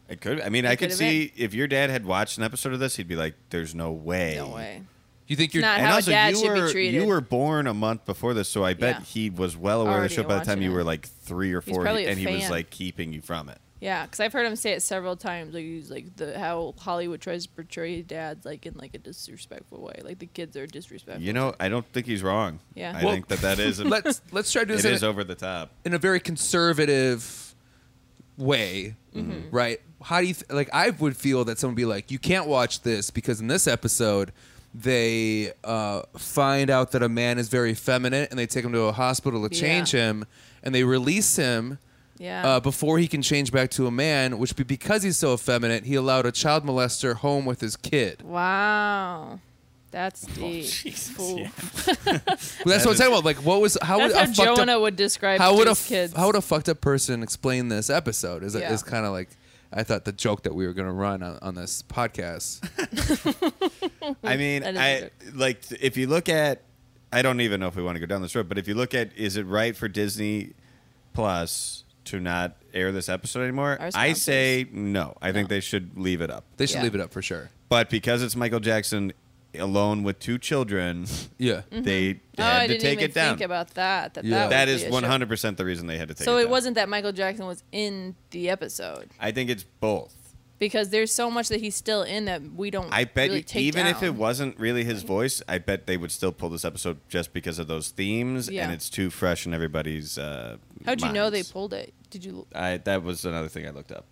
[SPEAKER 1] it could. I mean,
[SPEAKER 3] It
[SPEAKER 1] I could
[SPEAKER 3] could've
[SPEAKER 1] see if your dad had watched an episode of this, he'd be like, "There's no way."
[SPEAKER 3] no way
[SPEAKER 2] You think you're
[SPEAKER 3] Not-
[SPEAKER 1] And
[SPEAKER 3] how a
[SPEAKER 1] also,
[SPEAKER 3] dad
[SPEAKER 1] you
[SPEAKER 3] should be
[SPEAKER 1] were
[SPEAKER 3] treated.
[SPEAKER 1] you were born a month before this, so I bet
[SPEAKER 3] Yeah.
[SPEAKER 1] he was well aware of
[SPEAKER 3] Already
[SPEAKER 1] the show by the time
[SPEAKER 3] watching
[SPEAKER 1] you
[SPEAKER 3] it.
[SPEAKER 1] were like three or four,
[SPEAKER 3] probably a
[SPEAKER 1] and he was
[SPEAKER 3] fan.
[SPEAKER 1] like keeping you from it.
[SPEAKER 3] Yeah, because I've heard him say it several times. Like he's like the how Hollywood tries to portray dads like in like a disrespectful way. Like the kids are disrespectful.
[SPEAKER 1] You know, I don't think he's wrong.
[SPEAKER 3] Yeah.
[SPEAKER 1] I
[SPEAKER 2] Well,
[SPEAKER 1] think that that is
[SPEAKER 2] let's let's try to do
[SPEAKER 1] it
[SPEAKER 2] this in
[SPEAKER 1] is
[SPEAKER 2] a,
[SPEAKER 1] over the top.
[SPEAKER 2] in a very conservative way,
[SPEAKER 3] Mm-hmm.
[SPEAKER 2] right? How do you th- like? I would feel that someone would be like, you can't watch this because in this episode they uh, find out that a man is very feminine and they take him to a hospital to change
[SPEAKER 3] Yeah. Oh.
[SPEAKER 2] him and they release him.
[SPEAKER 3] Yeah.
[SPEAKER 2] Uh, before he can change back to a man, which be because he's so effeminate, he allowed a child molester home with his kid.
[SPEAKER 3] wow, that's deep.
[SPEAKER 1] Oh, Jesus,
[SPEAKER 3] Ooh.
[SPEAKER 1] yeah.
[SPEAKER 2] Well,
[SPEAKER 1] That
[SPEAKER 2] that's what I'm
[SPEAKER 1] is-
[SPEAKER 2] talking about. Like, what was how
[SPEAKER 3] That's
[SPEAKER 2] would
[SPEAKER 3] how
[SPEAKER 2] a fucked up
[SPEAKER 3] Jonah would describe
[SPEAKER 2] how would a
[SPEAKER 3] his kids.
[SPEAKER 2] how would a fucked up person explain this episode? Is
[SPEAKER 3] Yeah.
[SPEAKER 2] is kind of like I thought the joke that we were going to run on, on this podcast.
[SPEAKER 1] I mean,
[SPEAKER 3] That is
[SPEAKER 1] I like if you look at. I don't even know if we want to go down this road, but if you look at, is it right for Disney Plus to not air this episode anymore?
[SPEAKER 3] Our
[SPEAKER 1] I
[SPEAKER 3] sponsors.
[SPEAKER 1] say no. I think
[SPEAKER 3] No.
[SPEAKER 1] they should leave it up.
[SPEAKER 2] They should
[SPEAKER 3] Yeah.
[SPEAKER 2] leave it up for sure.
[SPEAKER 1] But because it's Michael Jackson alone with two children,
[SPEAKER 2] Yeah.
[SPEAKER 1] they
[SPEAKER 3] oh,
[SPEAKER 1] had
[SPEAKER 3] I
[SPEAKER 1] to
[SPEAKER 3] didn't
[SPEAKER 1] take
[SPEAKER 3] even
[SPEAKER 1] it down.
[SPEAKER 3] think about that. That,
[SPEAKER 2] Yeah.
[SPEAKER 3] that,
[SPEAKER 1] that
[SPEAKER 3] would
[SPEAKER 1] is
[SPEAKER 3] be a show.
[SPEAKER 1] 100% the reason they had to take
[SPEAKER 3] So
[SPEAKER 1] it
[SPEAKER 3] it
[SPEAKER 1] down.
[SPEAKER 3] wasn't that Michael Jackson was in the episode.
[SPEAKER 1] I think it's both.
[SPEAKER 3] because there's so much that he's still in that we don't.
[SPEAKER 1] I bet
[SPEAKER 3] really
[SPEAKER 1] you,
[SPEAKER 3] take
[SPEAKER 1] even if
[SPEAKER 3] down.
[SPEAKER 1] it wasn't really his voice, I bet they would still pull this episode just because of those themes,
[SPEAKER 3] Yeah.
[SPEAKER 1] and it's too fresh in everybody's. Uh,
[SPEAKER 3] How'd you know they
[SPEAKER 1] minds.
[SPEAKER 3] pulled Oh. it? Did you?
[SPEAKER 1] I that was another thing I looked up.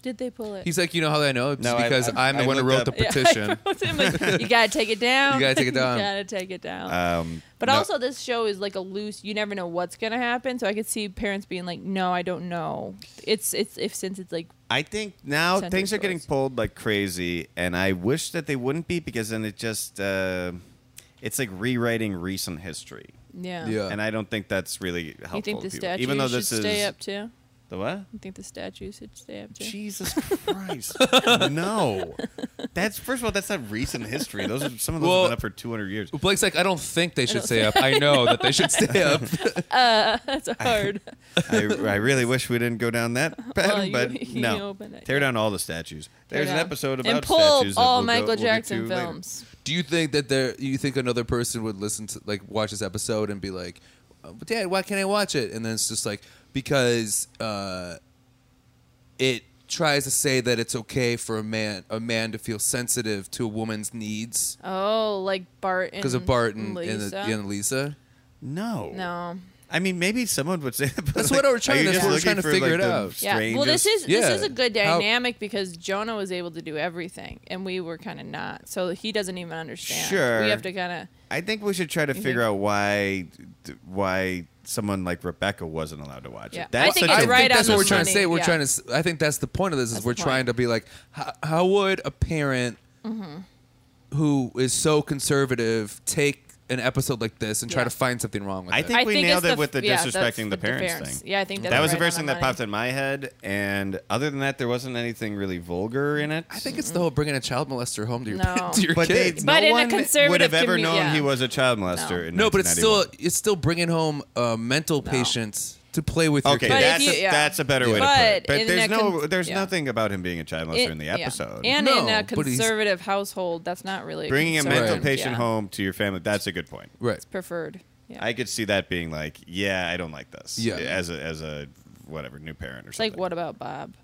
[SPEAKER 3] Did they pull it?
[SPEAKER 2] He's like, you know how I know? It's
[SPEAKER 1] No, I-
[SPEAKER 2] because
[SPEAKER 1] I-
[SPEAKER 2] I, am the
[SPEAKER 1] I
[SPEAKER 2] one who
[SPEAKER 1] looked
[SPEAKER 2] wrote
[SPEAKER 1] up-
[SPEAKER 2] the
[SPEAKER 3] Yeah, I
[SPEAKER 2] petition.
[SPEAKER 3] wrote him, like, you gotta take it down.
[SPEAKER 2] You gotta take it down."
[SPEAKER 3] you gotta take it down.
[SPEAKER 1] Um,
[SPEAKER 3] but
[SPEAKER 2] no.
[SPEAKER 3] also, this show is like a loose. You never know what's gonna happen. So I could see parents being like, "No, I don't know." It's it's if since it's like
[SPEAKER 1] I think now
[SPEAKER 3] Sentence
[SPEAKER 1] things are getting
[SPEAKER 3] choice.
[SPEAKER 1] pulled like crazy, and I wish that they wouldn't be because then it just uh, it's like rewriting recent history,
[SPEAKER 3] yeah.
[SPEAKER 2] Yeah.
[SPEAKER 1] and I don't think that's really helpful.
[SPEAKER 3] You think
[SPEAKER 1] to
[SPEAKER 3] the
[SPEAKER 1] people.
[SPEAKER 3] statue
[SPEAKER 1] even though
[SPEAKER 3] should
[SPEAKER 1] this is
[SPEAKER 3] stay up too?
[SPEAKER 1] the what?
[SPEAKER 3] You think the statue should stay up too?
[SPEAKER 1] Jesus Christ! no, that's first of all, that's not recent history. Those are, some of those
[SPEAKER 2] Well-
[SPEAKER 1] have been up for two hundred years.
[SPEAKER 2] Blake's like, I don't think they should
[SPEAKER 3] don't
[SPEAKER 2] stay up. I know that they should stay up.
[SPEAKER 3] That's hard.
[SPEAKER 1] I, I really wish we didn't go down that pattern,
[SPEAKER 3] Well, you-
[SPEAKER 1] but
[SPEAKER 3] you
[SPEAKER 1] no.
[SPEAKER 3] opened it,
[SPEAKER 1] Tear
[SPEAKER 3] yeah.
[SPEAKER 1] down all the statues.
[SPEAKER 3] Tear
[SPEAKER 1] There's an
[SPEAKER 3] down.
[SPEAKER 1] episode about
[SPEAKER 3] and pull
[SPEAKER 1] statues. that
[SPEAKER 3] all
[SPEAKER 1] we'll go-
[SPEAKER 3] Michael
[SPEAKER 1] we'll get
[SPEAKER 3] Jackson
[SPEAKER 1] to later.
[SPEAKER 3] films.
[SPEAKER 2] Do you think that there? You think another person would listen to like watch this episode and be like, "Uh, "Dad, why can't I watch it?" And then it's just like because uh, it tries to say that it's okay for a man a man to feel sensitive to a woman's needs
[SPEAKER 3] Oh, like Barton.
[SPEAKER 2] because of Barton
[SPEAKER 3] Lisa.
[SPEAKER 2] and, the, and Lisa.
[SPEAKER 1] No.
[SPEAKER 3] no.
[SPEAKER 1] I mean, maybe someone would say that. but,
[SPEAKER 2] That's
[SPEAKER 1] like,
[SPEAKER 2] what we're
[SPEAKER 1] are
[SPEAKER 2] trying-
[SPEAKER 1] you
[SPEAKER 2] that's
[SPEAKER 1] just
[SPEAKER 2] what we're
[SPEAKER 1] looking
[SPEAKER 2] trying to
[SPEAKER 1] for,
[SPEAKER 2] figure
[SPEAKER 1] like,
[SPEAKER 2] it
[SPEAKER 1] the
[SPEAKER 2] out.
[SPEAKER 3] Yeah. Well, this
[SPEAKER 1] strangest-
[SPEAKER 3] is
[SPEAKER 2] Yeah.
[SPEAKER 3] this is a good
[SPEAKER 2] How-
[SPEAKER 3] dynamic because Jonah was able to do everything, and we were kind of not. So he doesn't even understand.
[SPEAKER 1] Sure.
[SPEAKER 3] We have to kind of.
[SPEAKER 1] I think we should try to
[SPEAKER 3] You
[SPEAKER 1] figure
[SPEAKER 3] think-
[SPEAKER 1] out why why someone like Rebecca wasn't allowed to watch
[SPEAKER 3] Yeah.
[SPEAKER 1] it. That's
[SPEAKER 3] I think
[SPEAKER 1] such
[SPEAKER 3] it's
[SPEAKER 1] a
[SPEAKER 3] right
[SPEAKER 2] think that's
[SPEAKER 3] on
[SPEAKER 2] what we're
[SPEAKER 3] the
[SPEAKER 2] trying to
[SPEAKER 3] money,
[SPEAKER 2] say. We're
[SPEAKER 3] yeah.
[SPEAKER 2] trying to. s- I think that's the point of this. Is
[SPEAKER 3] That's
[SPEAKER 2] we're
[SPEAKER 3] the
[SPEAKER 2] trying
[SPEAKER 3] point.
[SPEAKER 2] to be like, how, how would a parent
[SPEAKER 3] Mm-hmm.
[SPEAKER 2] who is so conservative take an episode like this and try
[SPEAKER 3] Yeah.
[SPEAKER 2] to find something wrong with
[SPEAKER 1] I
[SPEAKER 2] it?
[SPEAKER 1] think
[SPEAKER 3] I
[SPEAKER 1] we
[SPEAKER 3] think
[SPEAKER 1] nailed
[SPEAKER 3] it's
[SPEAKER 1] it with the
[SPEAKER 3] yeah, that's
[SPEAKER 1] disrespecting the parents thing.
[SPEAKER 3] Yeah, I think that's
[SPEAKER 1] that was
[SPEAKER 3] right
[SPEAKER 1] the first
[SPEAKER 3] on
[SPEAKER 1] thing
[SPEAKER 3] the
[SPEAKER 1] that
[SPEAKER 3] money.
[SPEAKER 1] popped in my head, and other than that, there wasn't anything really vulgar in it.
[SPEAKER 2] I think it's the whole bringing a child molester home to your,
[SPEAKER 3] No.
[SPEAKER 2] to your
[SPEAKER 1] but they,
[SPEAKER 2] kids.
[SPEAKER 3] But
[SPEAKER 1] no
[SPEAKER 3] in a
[SPEAKER 1] one would have
[SPEAKER 3] conservative
[SPEAKER 1] ever
[SPEAKER 3] commu-
[SPEAKER 1] known
[SPEAKER 3] yeah.
[SPEAKER 1] he was a child molester.
[SPEAKER 3] No.
[SPEAKER 1] in
[SPEAKER 2] no, but it's still
[SPEAKER 1] 1991.
[SPEAKER 2] it's still bringing home uh, mental patients to play with
[SPEAKER 1] Okay,
[SPEAKER 2] your
[SPEAKER 3] But
[SPEAKER 2] kids.
[SPEAKER 3] if
[SPEAKER 1] that's, a,
[SPEAKER 3] you- yeah.
[SPEAKER 1] that's a better way to
[SPEAKER 3] But
[SPEAKER 1] put it. But
[SPEAKER 3] in
[SPEAKER 1] there's
[SPEAKER 3] a
[SPEAKER 1] no,
[SPEAKER 3] con-
[SPEAKER 1] there's
[SPEAKER 3] yeah.
[SPEAKER 1] nothing about him being a child molester
[SPEAKER 3] It-
[SPEAKER 1] in the
[SPEAKER 3] yeah.
[SPEAKER 1] episode.
[SPEAKER 3] And
[SPEAKER 2] No,
[SPEAKER 3] in a
[SPEAKER 2] but he's-
[SPEAKER 3] conservative household, that's not really
[SPEAKER 1] Bringing a mental
[SPEAKER 3] conservative,
[SPEAKER 2] Right.
[SPEAKER 1] patient
[SPEAKER 3] yeah.
[SPEAKER 1] home to your family, that's a good point.
[SPEAKER 2] right.
[SPEAKER 3] preferred. Yeah.
[SPEAKER 1] I could see that being like, yeah, I don't like this.
[SPEAKER 2] Yeah.
[SPEAKER 1] As a, as a whatever, new parent or
[SPEAKER 3] it's
[SPEAKER 1] something.
[SPEAKER 3] like what about Bob?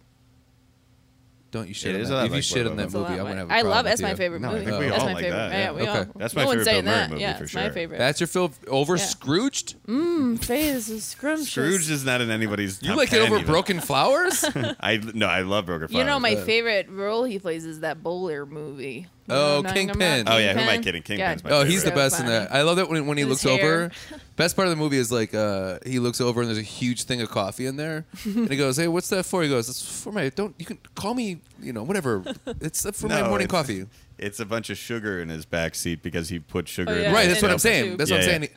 [SPEAKER 2] Don't you shit
[SPEAKER 1] It
[SPEAKER 2] on
[SPEAKER 1] is a
[SPEAKER 2] that.
[SPEAKER 1] lot
[SPEAKER 2] If you
[SPEAKER 1] like
[SPEAKER 2] shit
[SPEAKER 1] What
[SPEAKER 2] on
[SPEAKER 1] About
[SPEAKER 2] that
[SPEAKER 3] It's a
[SPEAKER 2] movie, I'm
[SPEAKER 3] lot like-
[SPEAKER 2] gonna have a
[SPEAKER 3] I
[SPEAKER 2] problem
[SPEAKER 3] love
[SPEAKER 2] with
[SPEAKER 3] that's my
[SPEAKER 2] you.
[SPEAKER 3] favorite
[SPEAKER 1] No, I
[SPEAKER 3] movie.
[SPEAKER 1] think we
[SPEAKER 3] that's
[SPEAKER 1] all
[SPEAKER 3] my
[SPEAKER 1] like
[SPEAKER 3] favorite.
[SPEAKER 1] that.
[SPEAKER 3] Yeah, we
[SPEAKER 2] Okay.
[SPEAKER 3] all.
[SPEAKER 1] That's my
[SPEAKER 3] no
[SPEAKER 1] favorite
[SPEAKER 3] one's
[SPEAKER 1] Bill
[SPEAKER 3] saying
[SPEAKER 1] Murray
[SPEAKER 3] that.
[SPEAKER 1] movie
[SPEAKER 3] yeah,
[SPEAKER 1] for
[SPEAKER 3] it's
[SPEAKER 1] sure.
[SPEAKER 3] my favorite.
[SPEAKER 2] That's your fil- over
[SPEAKER 3] Yeah.
[SPEAKER 2] Scrooged?
[SPEAKER 3] Mm, Faye, this is scrumptious.
[SPEAKER 1] Scrooge is not in anybody's.
[SPEAKER 2] You
[SPEAKER 1] top
[SPEAKER 2] like it
[SPEAKER 1] 10
[SPEAKER 2] over
[SPEAKER 1] even.
[SPEAKER 2] Broken Flowers?
[SPEAKER 1] I no, I love Broken Flowers.
[SPEAKER 3] You know, my
[SPEAKER 2] Uh,
[SPEAKER 3] favorite role he plays is that bowler movie. You
[SPEAKER 2] Oh,
[SPEAKER 3] know what I'm talking
[SPEAKER 2] Kingpin.
[SPEAKER 3] about?
[SPEAKER 1] Oh, yeah, who am I kidding? Kingpin's
[SPEAKER 3] God,
[SPEAKER 1] my
[SPEAKER 2] Oh, he's the
[SPEAKER 1] favorite.
[SPEAKER 2] best in
[SPEAKER 3] funny.
[SPEAKER 2] that. I love that when, when he looks
[SPEAKER 3] With his hair.
[SPEAKER 2] over. Best part of the movie is like uh, he looks over and there's a huge thing of coffee in there, and he goes, "Hey, what's that for?" He goes, "It's for my don't you can call me you know whatever. It's for my
[SPEAKER 1] No,
[SPEAKER 2] morning
[SPEAKER 1] it's-
[SPEAKER 2] coffee."
[SPEAKER 1] It's a bunch of sugar in his back seat because he put sugar.
[SPEAKER 3] Oh,
[SPEAKER 1] in
[SPEAKER 3] yeah.
[SPEAKER 1] his
[SPEAKER 2] Right, that's what I'm
[SPEAKER 1] milk.
[SPEAKER 2] saying. That's what
[SPEAKER 1] Yeah,
[SPEAKER 2] I'm saying.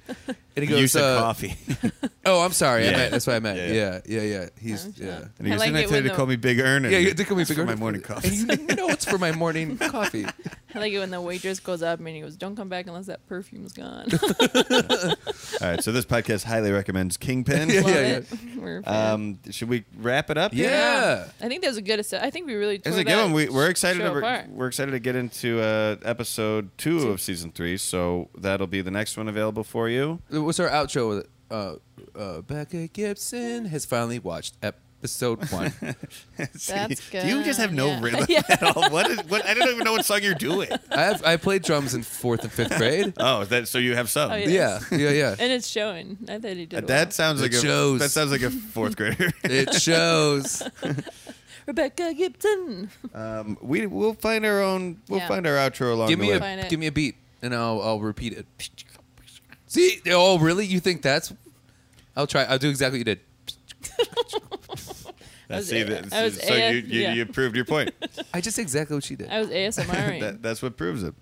[SPEAKER 2] And he
[SPEAKER 1] You
[SPEAKER 2] goes,
[SPEAKER 1] said
[SPEAKER 2] uh,
[SPEAKER 1] coffee.
[SPEAKER 2] "Oh, I'm sorry. I
[SPEAKER 1] Yeah.
[SPEAKER 2] meant, that's what I meant.
[SPEAKER 1] Yeah.
[SPEAKER 2] Yeah, yeah, yeah. He's
[SPEAKER 3] Oh,
[SPEAKER 2] yeah."
[SPEAKER 3] shit.
[SPEAKER 1] And he
[SPEAKER 3] I
[SPEAKER 1] goes,
[SPEAKER 3] like
[SPEAKER 1] didn't I tell
[SPEAKER 3] it
[SPEAKER 1] you
[SPEAKER 3] when
[SPEAKER 1] to
[SPEAKER 3] the-
[SPEAKER 1] call me Big Earner?
[SPEAKER 2] Yeah, you did call me
[SPEAKER 1] That's
[SPEAKER 2] big
[SPEAKER 1] for my
[SPEAKER 2] earner.
[SPEAKER 1] morning coffee.
[SPEAKER 2] And you know it's for my morning coffee.
[SPEAKER 1] Oh.
[SPEAKER 3] I like it when the waitress goes up and he goes, "Don't come back unless that perfume's gone."
[SPEAKER 1] All right, so this podcast highly recommends Kingpin.
[SPEAKER 2] Yeah,
[SPEAKER 3] Love
[SPEAKER 2] yeah,
[SPEAKER 3] it. We're a fan.
[SPEAKER 1] Um, should we wrap it up?
[SPEAKER 2] Yeah.
[SPEAKER 3] I think that was a good. asse- I think we really.
[SPEAKER 1] It's
[SPEAKER 3] tore
[SPEAKER 1] a good one.
[SPEAKER 3] that
[SPEAKER 1] We, we're excited.
[SPEAKER 3] show
[SPEAKER 1] To, we're,
[SPEAKER 3] apart.
[SPEAKER 1] we're excited to get into uh, episode two, of season three. So that'll be the next one available for you.
[SPEAKER 2] What's our outro with it? Uh, uh, Becca Gibson has finally watched episode one.
[SPEAKER 1] See,
[SPEAKER 3] That's
[SPEAKER 1] Do you just have no
[SPEAKER 3] good.
[SPEAKER 1] rhythm
[SPEAKER 3] Yeah.
[SPEAKER 1] at all? What is? What? I don't even know what song you're doing.
[SPEAKER 2] I have I played drums in fourth and fifth grade.
[SPEAKER 1] Oh, that. So you have some.
[SPEAKER 3] Oh, yeah.
[SPEAKER 2] Yeah, yeah, yeah.
[SPEAKER 3] and it's showing. I thought he did.
[SPEAKER 1] That
[SPEAKER 3] well.
[SPEAKER 1] sounds
[SPEAKER 2] It
[SPEAKER 1] like a.
[SPEAKER 2] shows.
[SPEAKER 1] That sounds like a fourth grader.
[SPEAKER 2] It shows.
[SPEAKER 3] Rebecca Gibson.
[SPEAKER 1] um, we we'll find our own. We'll
[SPEAKER 3] Yeah.
[SPEAKER 1] find our outro along
[SPEAKER 2] give
[SPEAKER 1] the
[SPEAKER 2] me
[SPEAKER 1] way. Uh,
[SPEAKER 3] Find
[SPEAKER 2] a
[SPEAKER 3] it.
[SPEAKER 2] give me a beat, and I'll I'll repeat it. See? Oh, really? You think that's? I'll try. I'll do exactly what you did.
[SPEAKER 3] I was
[SPEAKER 1] See,
[SPEAKER 3] a-
[SPEAKER 1] that-
[SPEAKER 3] I was
[SPEAKER 1] so
[SPEAKER 3] a-
[SPEAKER 1] you, you,
[SPEAKER 3] yeah.
[SPEAKER 1] you proved your point.
[SPEAKER 2] I just did exactly what she did.
[SPEAKER 3] I was ASMRing.
[SPEAKER 1] that, that's what proves it.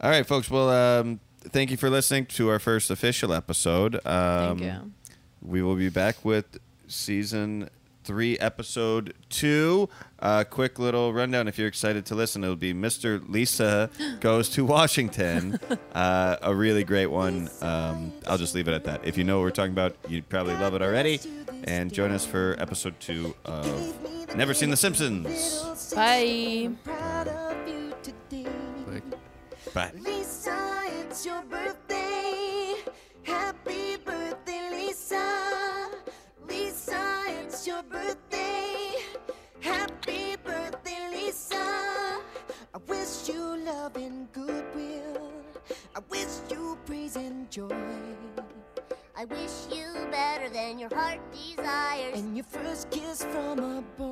[SPEAKER 1] All right, folks. Well, um, thank you for listening to our first official episode. Um,
[SPEAKER 3] Thank you.
[SPEAKER 1] We will be back with season three, episode two. Uh, quick little rundown if you're excited to listen. It'll be Mr. Lisa Goes to Washington. Uh, a really great one. Um, I'll just leave it at that. If you know what we're talking about, you probably love it already. And join us for episode two of Never Seen The Simpsons.
[SPEAKER 3] Bye.
[SPEAKER 2] Like-
[SPEAKER 1] Bye.
[SPEAKER 5] Lisa, it's your birthday. Happy birthday, Lisa. Lisa, it's your birthday. Happy birthday, Lisa. desires and your first kiss from a boy. Oh,